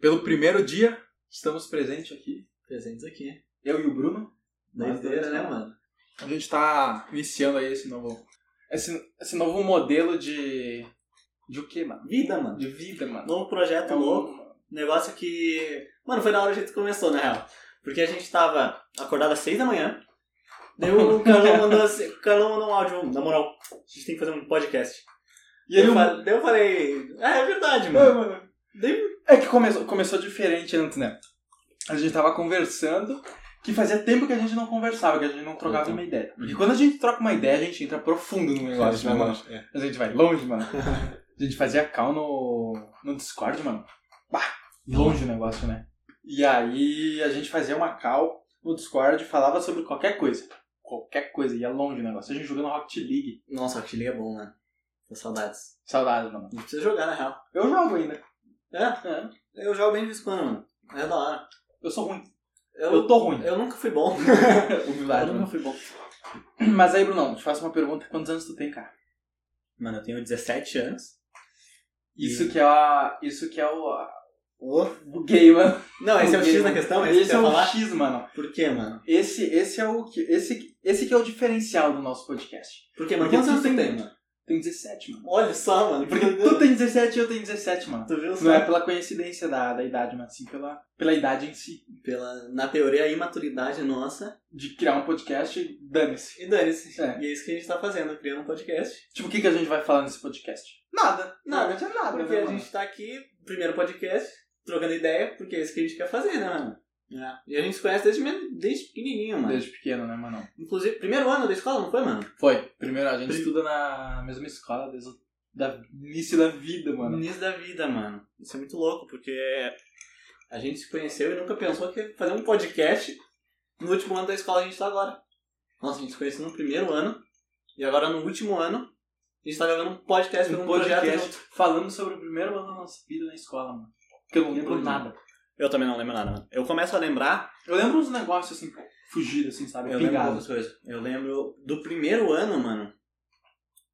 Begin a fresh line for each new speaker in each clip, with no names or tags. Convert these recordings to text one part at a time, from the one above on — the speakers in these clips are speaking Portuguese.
Pelo primeiro dia, estamos presentes aqui.
Presentes aqui.
Eu e o Bruno. Nós
Doideira,
dois,
né,
né?
mano?
A gente tá iniciando aí esse novo. Esse, esse novo modelo de. De o quê, mano?
Vida, mano.
De vida, mano.
Novo projeto
É um-
louco. Negócio que. Mano, foi na hora que a gente começou, na real. Porque a gente tava acordado às seis da manhã. Daí o Carlão mandou, assim- o Carlão mandou um áudio, na moral, a gente tem que fazer um podcast.
E aí,
eu,
o-
fa- daí eu falei, ah, é verdade,
É,
mano.
mano.
Daí-
É que começou, começou diferente antes, né? A gente tava conversando, que fazia tempo que a gente não conversava, que a gente não trocava
Uhum.
uma ideia. E quando a gente troca uma ideia, a gente entra profundo no negócio, né, mano? A gente vai longe, mano. A gente fazia call no, no Discord, mano. Bah, longe o negócio, né? E aí a gente fazia uma call no Discord e falava sobre qualquer coisa. Qualquer coisa, ia longe o negócio. A gente jogando Rocket League.
Nossa, o Chile é bom, mano. Tô saudades.
Saudades, mano.
A gente precisa jogar, na real.
Eu jogo ainda.
É,
É.
eu jogo bem de vez em quando, mano. É da hora.
Eu sou ruim.
Eu,
Eu tô ruim.
eu nunca fui bom.
Humildade,
eu
mano.
nunca fui bom.
Mas aí, Brunão, te faço uma pergunta: quantos anos tu tem, cara?
Mano, eu tenho 17 anos.
Isso
Isso
que é a. Isso que é o.
Ô.
o gay, mano.
Não, esse é o X na questão, esse,
Esse é o
falar.
X, mano.
Por quê, mano?
Esse, esse é o que. Esse, esse que é o diferencial do nosso podcast.
Por quê, mano?
Porque
Quantos anos
tu
você
tem-
tem, mano?
Tem 17, mano.
Olha só, mano.
Porque tu tem 17 e eu tenho 17, mano.
Tu viu só?
Não é pela coincidência da, da idade, mas sim pela, pela idade em si.
Pela, na teoria, a imaturidade nossa.
De criar um podcast, dane-se.
E dane-se.
É.
E é isso que a gente tá fazendo, criando um podcast.
Tipo, o que, que a gente vai falar nesse podcast? Nada.
Nada.
Não, é nada,
Porque
né,
a
mano?
gente tá aqui, primeiro podcast, trocando ideia, porque é isso que a gente quer fazer, né, mano? É. E a gente se conhece desde, men- desde pequenininho, mano.
Desde pequeno, né, mano?
Inclusive, primeiro ano da escola, não foi, mano?
Foi. Primeiro, a gente
Pri-
estuda na mesma escola desde o da, início da vida, mano.
Início da vida, mano. Isso é muito louco, porque a gente se conheceu e nunca pensou que ia fazer um podcast no último ano da escola a gente tá agora. Nossa, a gente se conheceu no primeiro ano e agora no último ano a gente tá gravando um podcast
Um
um
podcast
projeto junto.
falando sobre o primeiro ano da nossa vida na escola, mano. Que eu não lembro nada.
Eu também não lembro nada, mano. Eu começo a lembrar.
Eu lembro uns negócios assim, fugidos, assim, sabe?
Eu lembro
Pigados.
outras coisas. Eu lembro do primeiro ano, mano.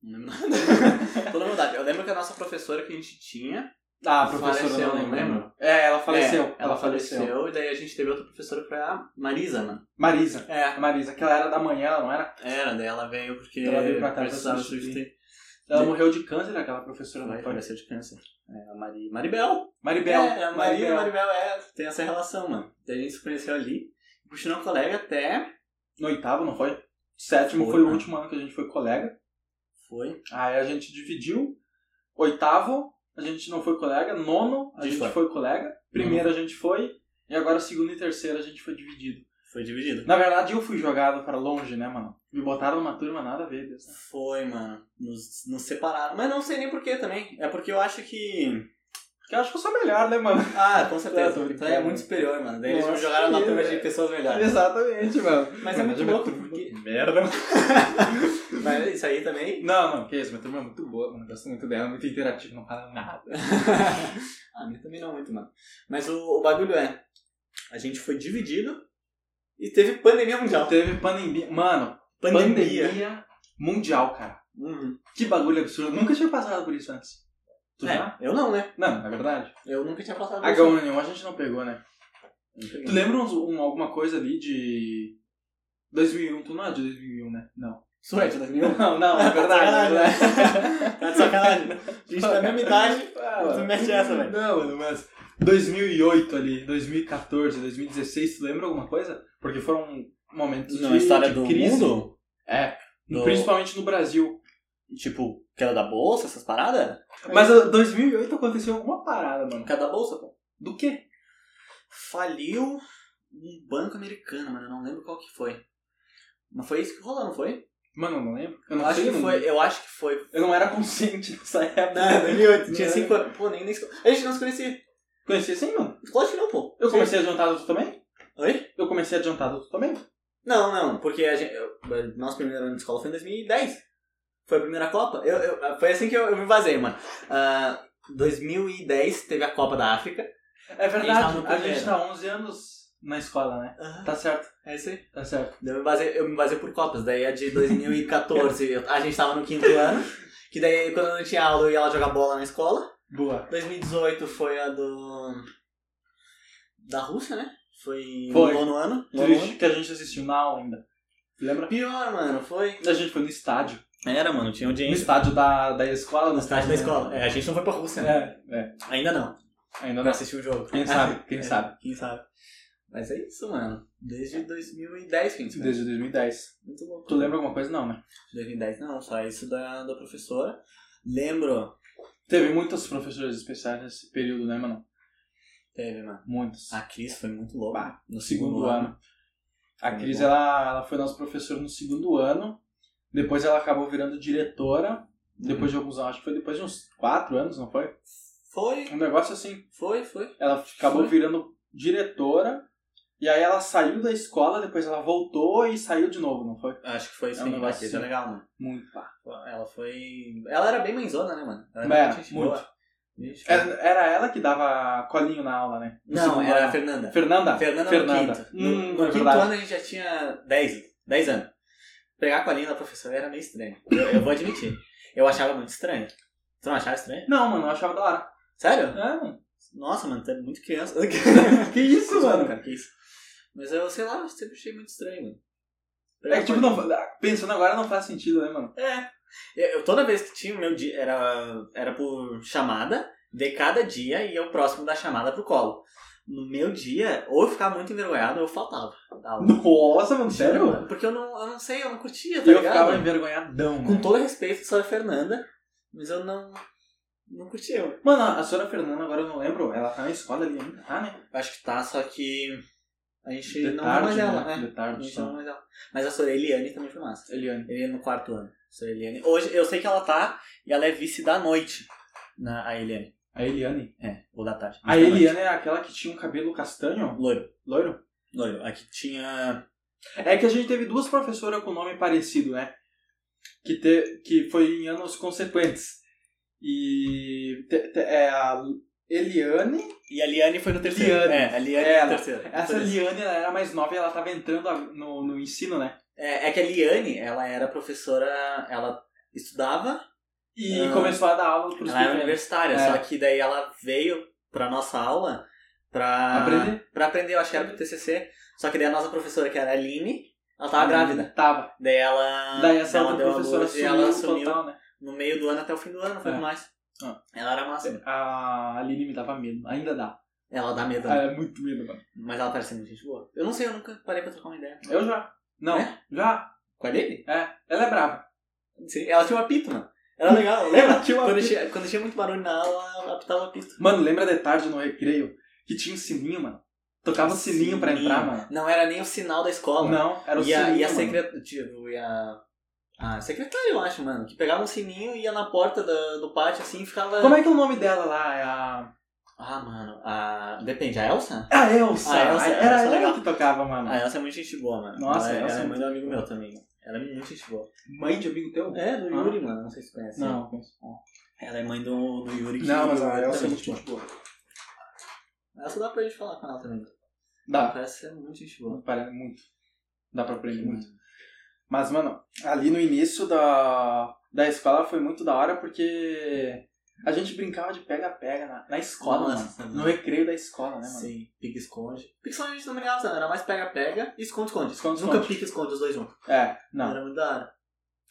Não lembro nada. Toda verdade. Eu lembro que a nossa professora que a gente tinha.
Ah, a professora,
Faleceu,
eu não
né,
lembro.
mano?
É, ela faleceu.
É, ela, faleceu. E daí a gente teve outra professora que foi a Marisa, mano.
Marisa.
É.
A Marisa, que ela era da manhã, ela não era?
Era, daí ela veio porque
Ela veio pra cá pra
precisava
substituir.
substituir.
Ela
Sim.
morreu de câncer, aquela professora.
Ela
Não foi?
faleceu de câncer. É, a Mari... Maribel.
Maribel.
É, a Maria
Maribel.
Maribel. é, tem essa relação, mano. Daí a gente se conheceu ali, puxando um colega até...
No oitavo, não foi? Sétimo
Foi,
foi, né? o
mano.
último ano que a gente foi colega.
Foi.
Aí a gente dividiu. Oitavo, a gente não foi colega. Nono, a
A gente
gente
foi.
foi colega. Primeiro, a gente foi. E agora, segundo e terceiro, a gente foi dividido.
Foi dividido.
Na verdade, eu fui jogado pra longe, né, mano? Me botaram numa turma nada a ver. Deus.
Foi, mano. Nos, nos separaram. Mas não sei nem porquê também. É porque eu acho que...
Porque eu acho que eu sou melhor, né, mano?
Ah, com
Eu tô
certeza.
brincando.
Então é muito superior, mano. Daí eles me
Nossa,
jogaram na
que
turma
isso,
de
velho.
pessoas melhores.
Exatamente, mano.
É. Mas é muito
minha
louco,
turma-
porque...
Merda.
Mas isso aí também...
Não, não, que isso. Minha turma é muito boa, mano. Gosto muito dela, é muito interativa, não fala nada.
ah, a minha também não muito, mano. Mas o, o bagulho é, a gente foi dividido e teve pandemia mundial.
Teve pandemia. Mano, pandemia.
Pandemia.
mundial, cara.
Uhum.
Que bagulho absurdo. Nunca tinha passado por isso antes. Tu já?
É, eu não, né?
Não, é verdade.
Eu nunca tinha passado por isso.
H1 nenhum a gente não pegou, né? Tu lembra uns- um- alguma coisa ali de 2001? Tu não é de 2001, né? Não.
Suéte, 2001.
Não, não, é verdade. é verdade.
Tá de sacanagem. A gente tá na mesma idade.
Ah,
Tu mete essa, velho.
é Não, mano, mas 2008 ali, 2014, 2016, tu lembra alguma coisa? Porque foram momentos de, de crise.
mundo?
É,
Do-
principalmente no Brasil.
Tipo, queda da bolsa, essas paradas?
Mas ah, 2008 aconteceu alguma parada, mano.
Queda da bolsa, pô.
Do quê?
Faliu um banco americano, mano. Eu não lembro qual que foi. Mas foi isso que rolou, não foi?
Mano, eu não lembro. Eu não
acho
sei,
que
não-
foi. Eu acho que foi.
Eu não era consciente nessa época.
Não, 2008. Tinha
Não.
5 anos. Pô, nem na escola. A gente não se conhecia.
Conheci sim, mano.
Lógico que não, pô.
Eu comecei adiantado tu também?
Oi?
Eu comecei adiantado tu também?
Não, não. Porque a gente, eu- nosso primeiro ano de escola foi em 2010. Foi a primeira Copa. Eu, eu- foi assim que eu, eu me vazei, mano. Ah, 2010 teve a Copa da África.
É
verdade,
verdade, a gente
a gente
tá 11 anos na escola, né?
Aham.
Tá certo,
É isso aí.
tá certo.
Eu me, basei, eu me basei por copas. Daí a de 2014, eu- a gente tava no quinto ano. Que daí, quando eu não tinha aula, eu ia lá jogar bola na escola.
Boa.
2018 foi a do... Da Rússia, né? Foi,
Foi.
no nono ano. Nono ano.
Triste que a gente assistiu na aula ainda. Lembra?
Pior, mano, foi...
A gente foi no estádio.
Era, mano, tinha
No
audiência.
estádio da, da escola. né?
No estádio da escola. É, a gente não foi pra Rússia, né?
É, é.
Ainda não.
Ainda
Eu
não
não
assisti.
assisti o jogo.
Quem sabe, quem
É,
sabe.
Quem sabe. Mas é isso, mano. Desde 2010 que a gente faz.
Desde 2010.
Muito louco.
Tu lembra alguma coisa? Não, né?
2010 não, só isso da, da professora. Lembro.
Teve muitas professoras especiais nesse período, né, mano?
Teve, mano.
Muitas.
A Cris foi muito louca.
Bah,
no
no Ah, segundo ano. A
Muito
Cris,
bom.
ela, ela foi nossa professora no segundo ano. Depois ela acabou virando diretora. Depois de alguns anos, acho que foi depois de uns quatro anos, não foi?
Foi,
Um negócio assim.
foi, foi.
Ela acabou virando diretora. E aí ela saiu da escola, depois ela voltou e saiu de novo, não foi?
Acho que foi isso.
É um
aí.
negócio
A Cris é
assim.
legal, mano.
Muito pá.
Ela foi. Ela era bem mãezona, né, mano? Ela
Era,
gente
muito.
boa. Gente,
Era, era ela que dava colinho na aula, né? No
Não,
segundo
era a
ano.
Fernanda.
Fernanda.
Fernanda,
Tá, Fernanda.
no quinto.
Hum,
no
é
no quinto
verdade.
ano a gente já tinha 10, 10 anos. Pegar a colinha da professora era meio estranho. Eu, eu vou admitir. Eu achava muito estranho. Tu não achava estranho?
Não, mano, eu achava da hora.
Sério?
É, mano.
Nossa, mano, tu é muito criança.
Que isso, mano?
cara, que isso. Mas eu, sei lá, eu sempre achei muito estranho, mano. Pegar
É que, tipo,
a
não,
colinha-
pensando agora não faz sentido, né, mano?
É. Eu, eu- toda vez que tinha o meu dia, era, era por chamada, de cada dia ia o próximo da chamada pro colo. No meu dia, ou eu ficava muito envergonhado, ou eu faltava. da aula.
Nossa, mano, sério?
Mano, Porque eu não, eu não sei, eu não curtia, tá
eu
ligado?
ficava envergonhadão.
Com
mano.
todo respeito, sou a Fernanda, mas eu não. Não curtia. Eu
Mano, a senhora Fernanda, agora eu não lembro, ela tá na escola ali ainda, tá, né?
acho que tá, só que. A gente
De
não
tarde,
vê mais
né?
ela, né?
De tarde,
A gente
só.
não vê mais ela. Mas a Sora Eliane também foi massa.
Eliane.
Eliane no quarto ano. Sora Eliane. Hoje eu sei que ela tá e ela é vice da noite. Na, a Eliane.
A Eliane?
É, ou da tarde.
A
Vice da
Eliane é aquela que tinha um cabelo castanho,
noite. Loiro.
loiro?
Loiro. Aqui tinha.
É que a gente teve duas professoras com nome parecido, né? Que, te, que foi em anos consequentes. E te- te- é a Eliane.
E a Eliane foi no terceiro.
Eliane.
É, a Eliane
Ela.
no terceiro.
Essa Eliane ela era mais nova e ela tava entrando a- no, no ensino, né?
É, é que a Liane, ela era professora, ela estudava,
E
Ah.
começou a dar aula pros
ela era
pequenos.
universitária,
É.
só que daí ela veio pra nossa aula pra
Aprender?
pra aprender, eu acho que era pro TCC, só que daí a nossa professora, que era a Aline, ela tava Tá grávida.
Tava.
Daí ela,
Uhum. Daí essa
ela
outra
deu a
professora
luz e
sumiu,
ela sumiu
total, né?
no meio do ano até o fim do ano, foi
É.
mais.
Ah.
Ela era massa.
A Aline me dava medo. Ainda dá.
Ela dá medo, né?
É muito medo, mano.
mas ela parece muito gente boa. Eu não sei, eu nunca parei pra trocar uma ideia.
Eu já. Não,
É?
já.
Com a Aline?
É. Ela é brava.
Sim, ela tinha um apito, mano. Era legal, lembra?
tinha uma
quando,
apito.
tinha, quando tinha muito barulho na aula, ela apitava o apito.
Mano, lembra de tarde no recreio que tinha um sininho, mano? Tocava o sininho, pra entrar, mano.
Não era nem o sinal da escola.
Não, era o
e a,
sininho.
e a
mano.
secretária. e a. A secretária, eu acho, mano. Que pegava um sininho e ia na porta da- do, pátio assim e ficava.
Como é que é o nome dela lá? É a. É
Ah, mano. A... Depende, a Elsa?
A Elsa.
Ah, é A Elsa,
era
Elsa
ela
legal.
que tocava, mano.
A Elsa é muito gente boa, mano.
Nossa,
ela,
a Elsa
ela
é
é mãe do amigo meu também. Ela é muito gente boa.
Mãe de amigo teu?
É, do
Ah.
Yuri, mano. Não sei se você conhece.
Não.
Ela é mãe do, do Yuri. que-
Não, mas a
também
Elsa é muito
boa.
gente boa.
Elsa dá pra gente falar com ela também.
Dá.
Parece ser muito gente boa.
Parece muito. Dá pra aprender muito. Mas, mano, ali no início da, da escola foi muito da hora porque a gente brincava de pega-pega na, na escola,
Nossa,
mano.
mano. é,
No recreio da escola, né, mano?
Sim, pique esconde. Pique esconde a gente não brincava, tanto, era mais pega-pega e esconde-esconde.
Esconde-esconde.
Nunca pique esconde os dois juntos.
É, não.
Era muito da hora.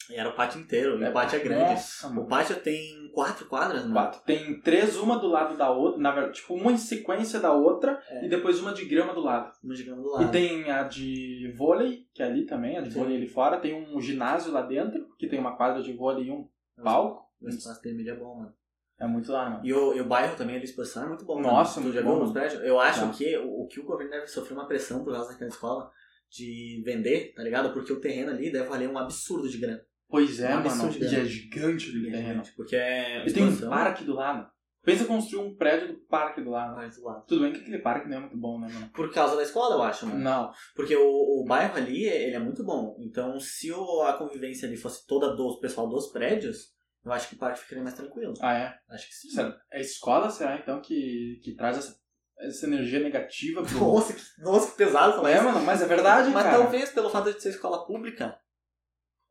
E era o pátio inteiro, e
É,
o pátio é grande.
Nossa,
O
mano.
pátio tem quatro quadras, mano.
Quatro. Tem três, uma do lado da outra, na verdade, tipo, uma em sequência da outra
É.
e depois uma de grama do lado.
No gigante do lado.
E tem a de vôlei, que é ali também, a de
Sim.
vôlei ali fora. Tem um ginásio lá dentro, que tem uma quadra de vôlei e um
Mas-
palco.
O espaço tem mídia é bom, mano.
É muito lá, mano.
E o, e o bairro também, a expansão é muito bom. mano.
Nossa,
tu
muito
já
bom,
viu
mano.
nos prédios? Eu acho
Tá.
que o, o que o governo deve sofrer uma pressão por causa daquela escola de vender, tá ligado? Porque o terreno ali deve valer um absurdo de grana.
Pois é,
É um
mano.
absurdo,
E
né?
é gigante aquele terreno.
Porque é.
E tem um
expansão,
parque do lado. Pensa em construir um prédio do parque do lado.
mas do lado.
Tudo bem que aquele parque não é muito bom, né, mano?
Por causa da escola, eu acho, mano.
Não.
Porque o, o bairro ali, ele é muito bom. Então, se o, a convivência ali fosse toda do pessoal dos prédios, eu acho que o parque ficaria mais tranquilo.
Ah, é?
Acho que sim.
Será- É escola, será, então, que, que traz essa, essa energia negativa pro.
Nossa, que, nossa, que pesado falar
É,
isso.
mano, mas é verdade,
Mas
cara.
talvez pelo fato de ser escola pública,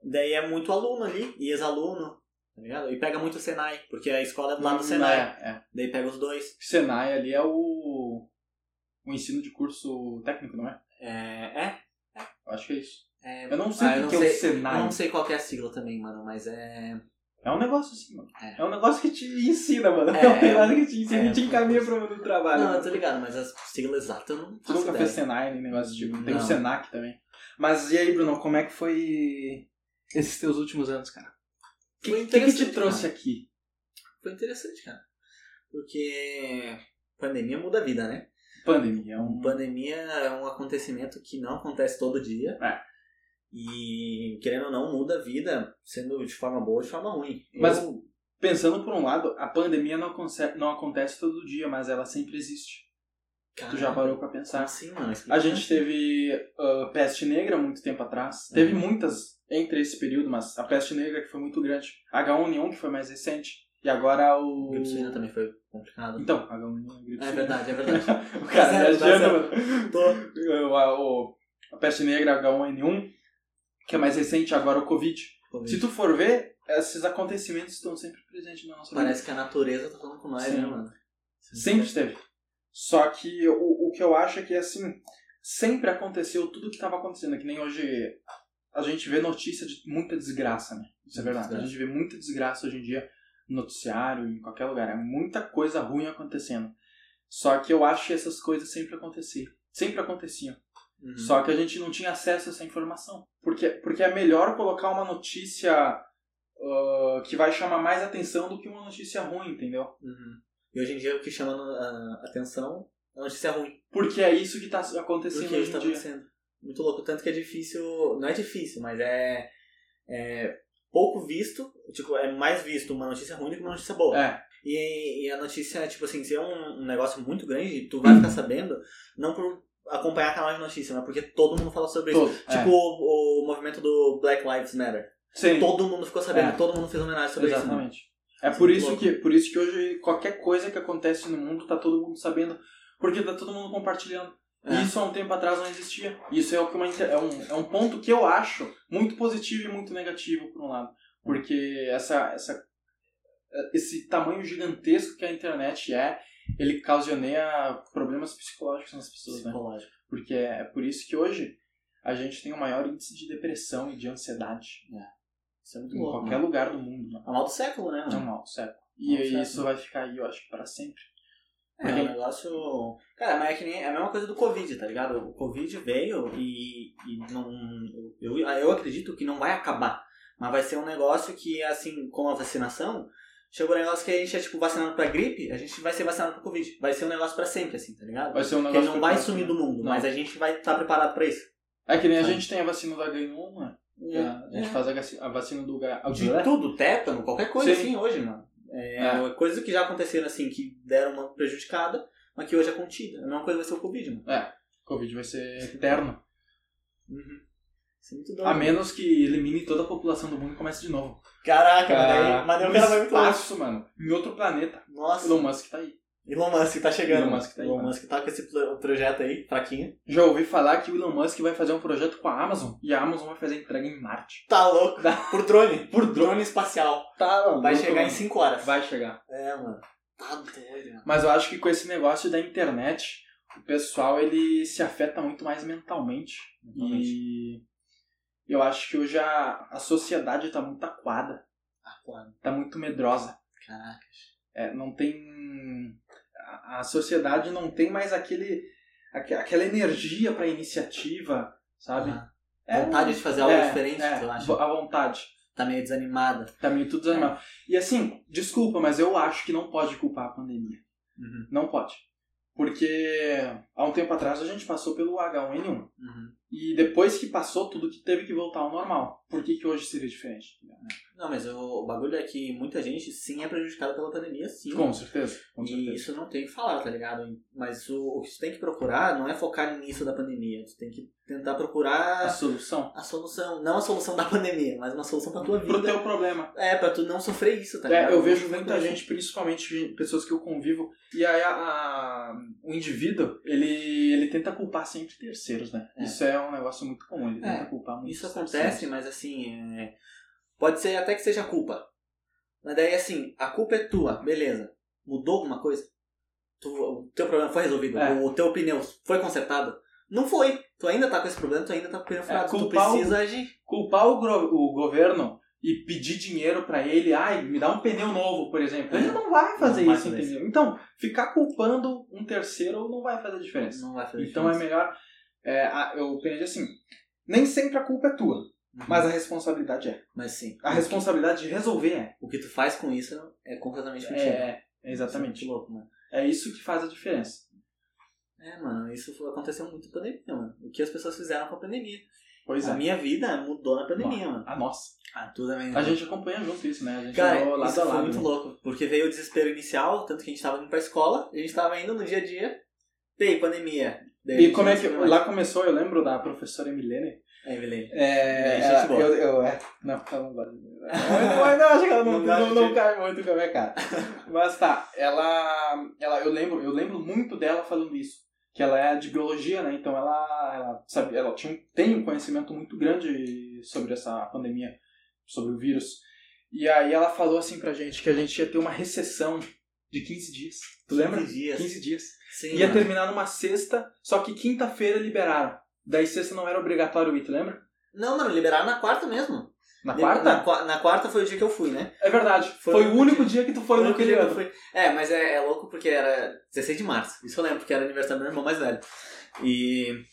daí é muito aluno ali, e ex-aluno, tá ligado? E pega muito o Senai, porque a escola é do lado do Senai.
É, é.
Daí pega os dois.
Senai ali é o. O ensino de curso técnico, não é?
É. é,
Eu acho que é isso.
é,
Eu não sei
Ah,
o
eu
que
não
que é
sei-
o Senai.
eu não sei qual que é a sigla também, mano, mas é.
É um negócio assim, mano.
É.
É, um negócio que te ensina, mano.
É,
É, um negócio que te ensina
é.
e te encaminha pro mundo do trabalho.
Não, eu
mano.
tô ligado, mas a sigla exata eu não
Tu
faço
nunca
ideia.
fez Senai, nem negócio desse tipo. Tem
Não.
o Senac também. Mas e aí, Bruno, como é que foi esses teus últimos anos, cara? O que,
Foi
que, que
interessante,
te trouxe aqui?
Foi interessante, cara. Porque pandemia muda a vida, né?
Pandemia. é um-
Pandemia é um acontecimento que não acontece todo dia.
É.
E, querendo ou não, muda a vida, sendo de forma boa ou de forma ruim.
Mas-
Eu-
Pensando por um lado, a pandemia não, aconse- não acontece todo dia, mas ela sempre existe. Tu já
Caralho,
parou pra pensar?
Assim, mano. explica.
A gente teve ah, peste negra muito tempo atrás. Teve
Uhum.
muitas entre esse período, mas a peste negra que foi muito grande. H1N1 que foi mais recente. E agora o...
Gripe suína também foi complicado.
Então, H1N1 é gripe
É
suína.
verdade, é verdade.
O cara
Tá certo, tá
viajando,
certo.
mano.
Tô-
O- a- o- a peste negra H1N1, que é mais recente agora o Covid. Se tu for ver, esses acontecimentos estão sempre presentes na nossa vida.
Parece que a natureza tá falando com nós,
Sim.
né, mano?
Sempre esteve. Só que o, o que eu acho é que, assim, sempre aconteceu tudo o que estava acontecendo. Que nem hoje a gente vê notícia de muita desgraça, né? Isso é
Muita
verdade. A
desgraça.
gente vê muita desgraça hoje em dia no noticiário, em qualquer lugar. É muita coisa ruim acontecendo. Só que eu acho que essas coisas sempre aconteciam. Sempre aconteciam.
Uhum.
Só que a gente não tinha acesso a essa informação. Porque, porque é melhor colocar uma notícia ah, que vai chamar mais atenção do que uma notícia ruim, entendeu?
Uhum. E hoje em dia o que chama a atenção é a notícia ruim.
Porque é isso que tá
Porque
acontecendo
isso
hoje
tá
em dia.
acontecendo. Muito louco. Tanto que é difícil. Não é difícil, mas é. é pouco visto. Tipo, é mais visto uma notícia ruim do que uma notícia boa.
É,
E, e a notícia, tipo assim, se é um, um negócio muito grande, tu vai ficar sabendo, não por acompanhar canal de notícia, mas porque todo mundo fala sobre isso.
todo. é.
Tipo o, o movimento do Black Lives Matter.
Sim,
Todo mundo ficou sabendo,
É.
todo mundo fez homenagem sobre isso. né? mano.
exatamente. É
Isso é
por
muito
isso,
louco.
que, por isso que hoje qualquer coisa que acontece no mundo tá todo mundo sabendo. Porque tá todo mundo compartilhando.
É.
E isso há um tempo atrás não existia. Isso é, o que uma, inter- é, um, é um ponto que eu acho muito positivo e muito negativo, por um lado. Porque essa, essa, esse tamanho gigantesco que a internet é, ele causaneia problemas psicológicos nas pessoas, né?
Psicológico.
Porque é por isso que hoje a gente tem o maior índice de depressão e de ansiedade né,
Isso é muito
em
louco.
qualquer
mano.
lugar do mundo, né?
É mal do século, né?
É
Mano?
um mal, século. E
Mal século.
isso vai ficar aí, eu acho, pra sempre.
É um negócio. Cara, mas é que nem. É a mesma coisa do Covid, tá ligado? O Covid veio e, e não. Eu, eu acredito que não vai acabar. Mas vai ser um negócio que, assim, com a vacinação, chegou um negócio que a gente é, tipo, vacinado pra gripe, a gente vai ser vacinado pro Covid. Vai ser um negócio pra sempre, assim, tá ligado?
Vai ser um
Porque ele
negócio
não vai
preocupante,
sumir
né?
do mundo,
Não.
mas a gente vai estar preparado pra isso.
É que nem a
Sabe? É.
gente tem a vacina do H1N1, né? A gente faz a gaci- a vacina do H...
De tudo, tétano, qualquer coisa
Sim.
assim hoje, mano. É,
É.
Coisas que já aconteceram assim, que deram uma prejudicada, mas que hoje é contida. A mesma coisa vai ser o Covid, mano.
Covid vai ser eterno.
Isso é muito doido.
A menos que elimine toda a população do mundo e comece de novo.
Caraca, mano, aí- mas daí o
no
cara vai muito longe.
espaço, mano. Em outro planeta.
Nossa,
Elon Musk tá aí.
Elon Musk tá chegando.
Elon Musk tá aí,
Elon
mano.
Musk tá com esse pro- projeto aí, fraquinho.
Já ouvi falar que o Elon Musk vai fazer um projeto com a Amazon. E a Amazon vai fazer entrega em Marte.
Tá louco. Por drone.
Por
Drone espacial.
Tá, mano.
Vai chegar em 5 horas.
Vai chegar.
É, mano. Tá doido, mano.
Mas eu acho que com esse negócio da internet, o pessoal ele se afeta muito mais mentalmente.
Mentalmente.
E eu acho que hoje a, a sociedade tá muito aquada,
Ah, claro.
tá muito medrosa.
Caraca.
É, não tem. A, a sociedade não tem mais aquele, aque- aquela energia pra iniciativa, sabe?
Ah,
É,
vontade de fazer algo
é,
diferente,
é,
eu acho.
vo- A vontade.
Tá meio desanimada.
Tá meio tudo
É.
desanimado. E assim, desculpa, mas eu acho que não pode culpar a pandemia.
Uhum.
Não pode. Porque há um tempo atrás a gente passou pelo H1N1.
Uhum.
E depois que passou, tudo que teve que voltar ao normal. Por que, que hoje seria diferente?
Não, mas o, o bagulho é que muita gente sim é prejudicada pela pandemia, sim.
Com certeza. Com
E
certeza.
isso não tem o que falar, tá ligado? Mas o, o que tu tem que procurar não é focar nisso da pandemia. Tu tem que tentar
A
procurar
solução
é a solução, não a solução da pandemia, mas uma solução pra tua
pro
vida.
teu problema.
É, pra tu não sofrer isso, tá
É,
ligado?
eu vejo
Não
muita
sofrer
gente, principalmente pessoas que eu convivo, e aí a- a- o indivíduo, ele, ele tenta culpar sempre terceiros, né?
É.
Isso é um negócio muito comum, ele
É,
tenta culpar muito
Isso acontece, mas assim, é, pode ser até que seja culpa. Mas daí assim, a culpa é tua, beleza. Mudou alguma coisa? Tu- o teu problema foi resolvido,
É.
o teu pneu foi consertado? Não foi. Tu ainda tá com esse problema, tu ainda tá com o pneu furado. tu
É, culpar o-
precisa agir.
Culpar o, gro- o governo e pedir dinheiro pra ele, ai, me dá um pneu novo, por exemplo. Ele
É.
não vai fazer
vai
isso,
fazer
entendeu? Então, ficar culpando um terceiro não vai fazer diferença.
Não vai fazer
Então é
diferença.
melhor. é, a- eu penso assim: nem sempre a culpa é
Uhum.
tua, mas a responsabilidade é.
Mas sim,
A responsabilidade de resolver é.
o que tu faz com isso é completamente contigo.
É, é,
Isso é muito
exatamente.
louco, mano.
É isso que faz a diferença.
É, mano, isso foi- aconteceu muito na pandemia, mano. O que as pessoas fizeram com a pandemia.
Pois
a
é.
minha vida mudou na pandemia, mano.
A nossa.
Ah, tudo bem.
A gente acompanha junto isso, né? A gente
Cara,
andou lado
isso
a
foi
lado.
muito
né?
louco, porque veio o desespero inicial, tanto que a gente tava indo pra escola, a gente tava indo no dia a dia, tem pandemia. Daí a
E
gente
como
não
é que.
se viu mais.
Lá começou, eu lembro da professora Emilene.
É, Evelyn.
É.
Gente
ela-
boa.
eu, eu, é. Não, ela não gosta. de mim. Eu não acho que ela não,
Não gosta
não,
de
não
ti.
cai muito com a minha cara. Mas tá, ela. ela eu, lembro, eu lembro muito dela falando isso. Que ela é de biologia, né? Então ela, ela, sabe, ela tinha, um- tem um conhecimento muito grande sobre essa pandemia, sobre o vírus. E aí ela falou assim pra gente que a gente ia ter uma recessão de 15 dias. Tu lembra?
15 dias.
15 dias.
Sim,
Ia
mano.
terminar numa sexta, só que quinta-feira liberaram. Daí sexta não era obrigatório ir, tu lembra?
Não, mano, liberaram na quarta mesmo.
Na
Li-
quarta?
Na, qua- na quarta foi o dia que eu fui, né?
É verdade.
Foi
Foi,
o
o
único
único dia que tu foi
o
no
único dia que eu
período.
fui. É, mas é, é louco porque era 16 de março. Isso eu lembro, porque era aniversário do meu irmão mais velho. E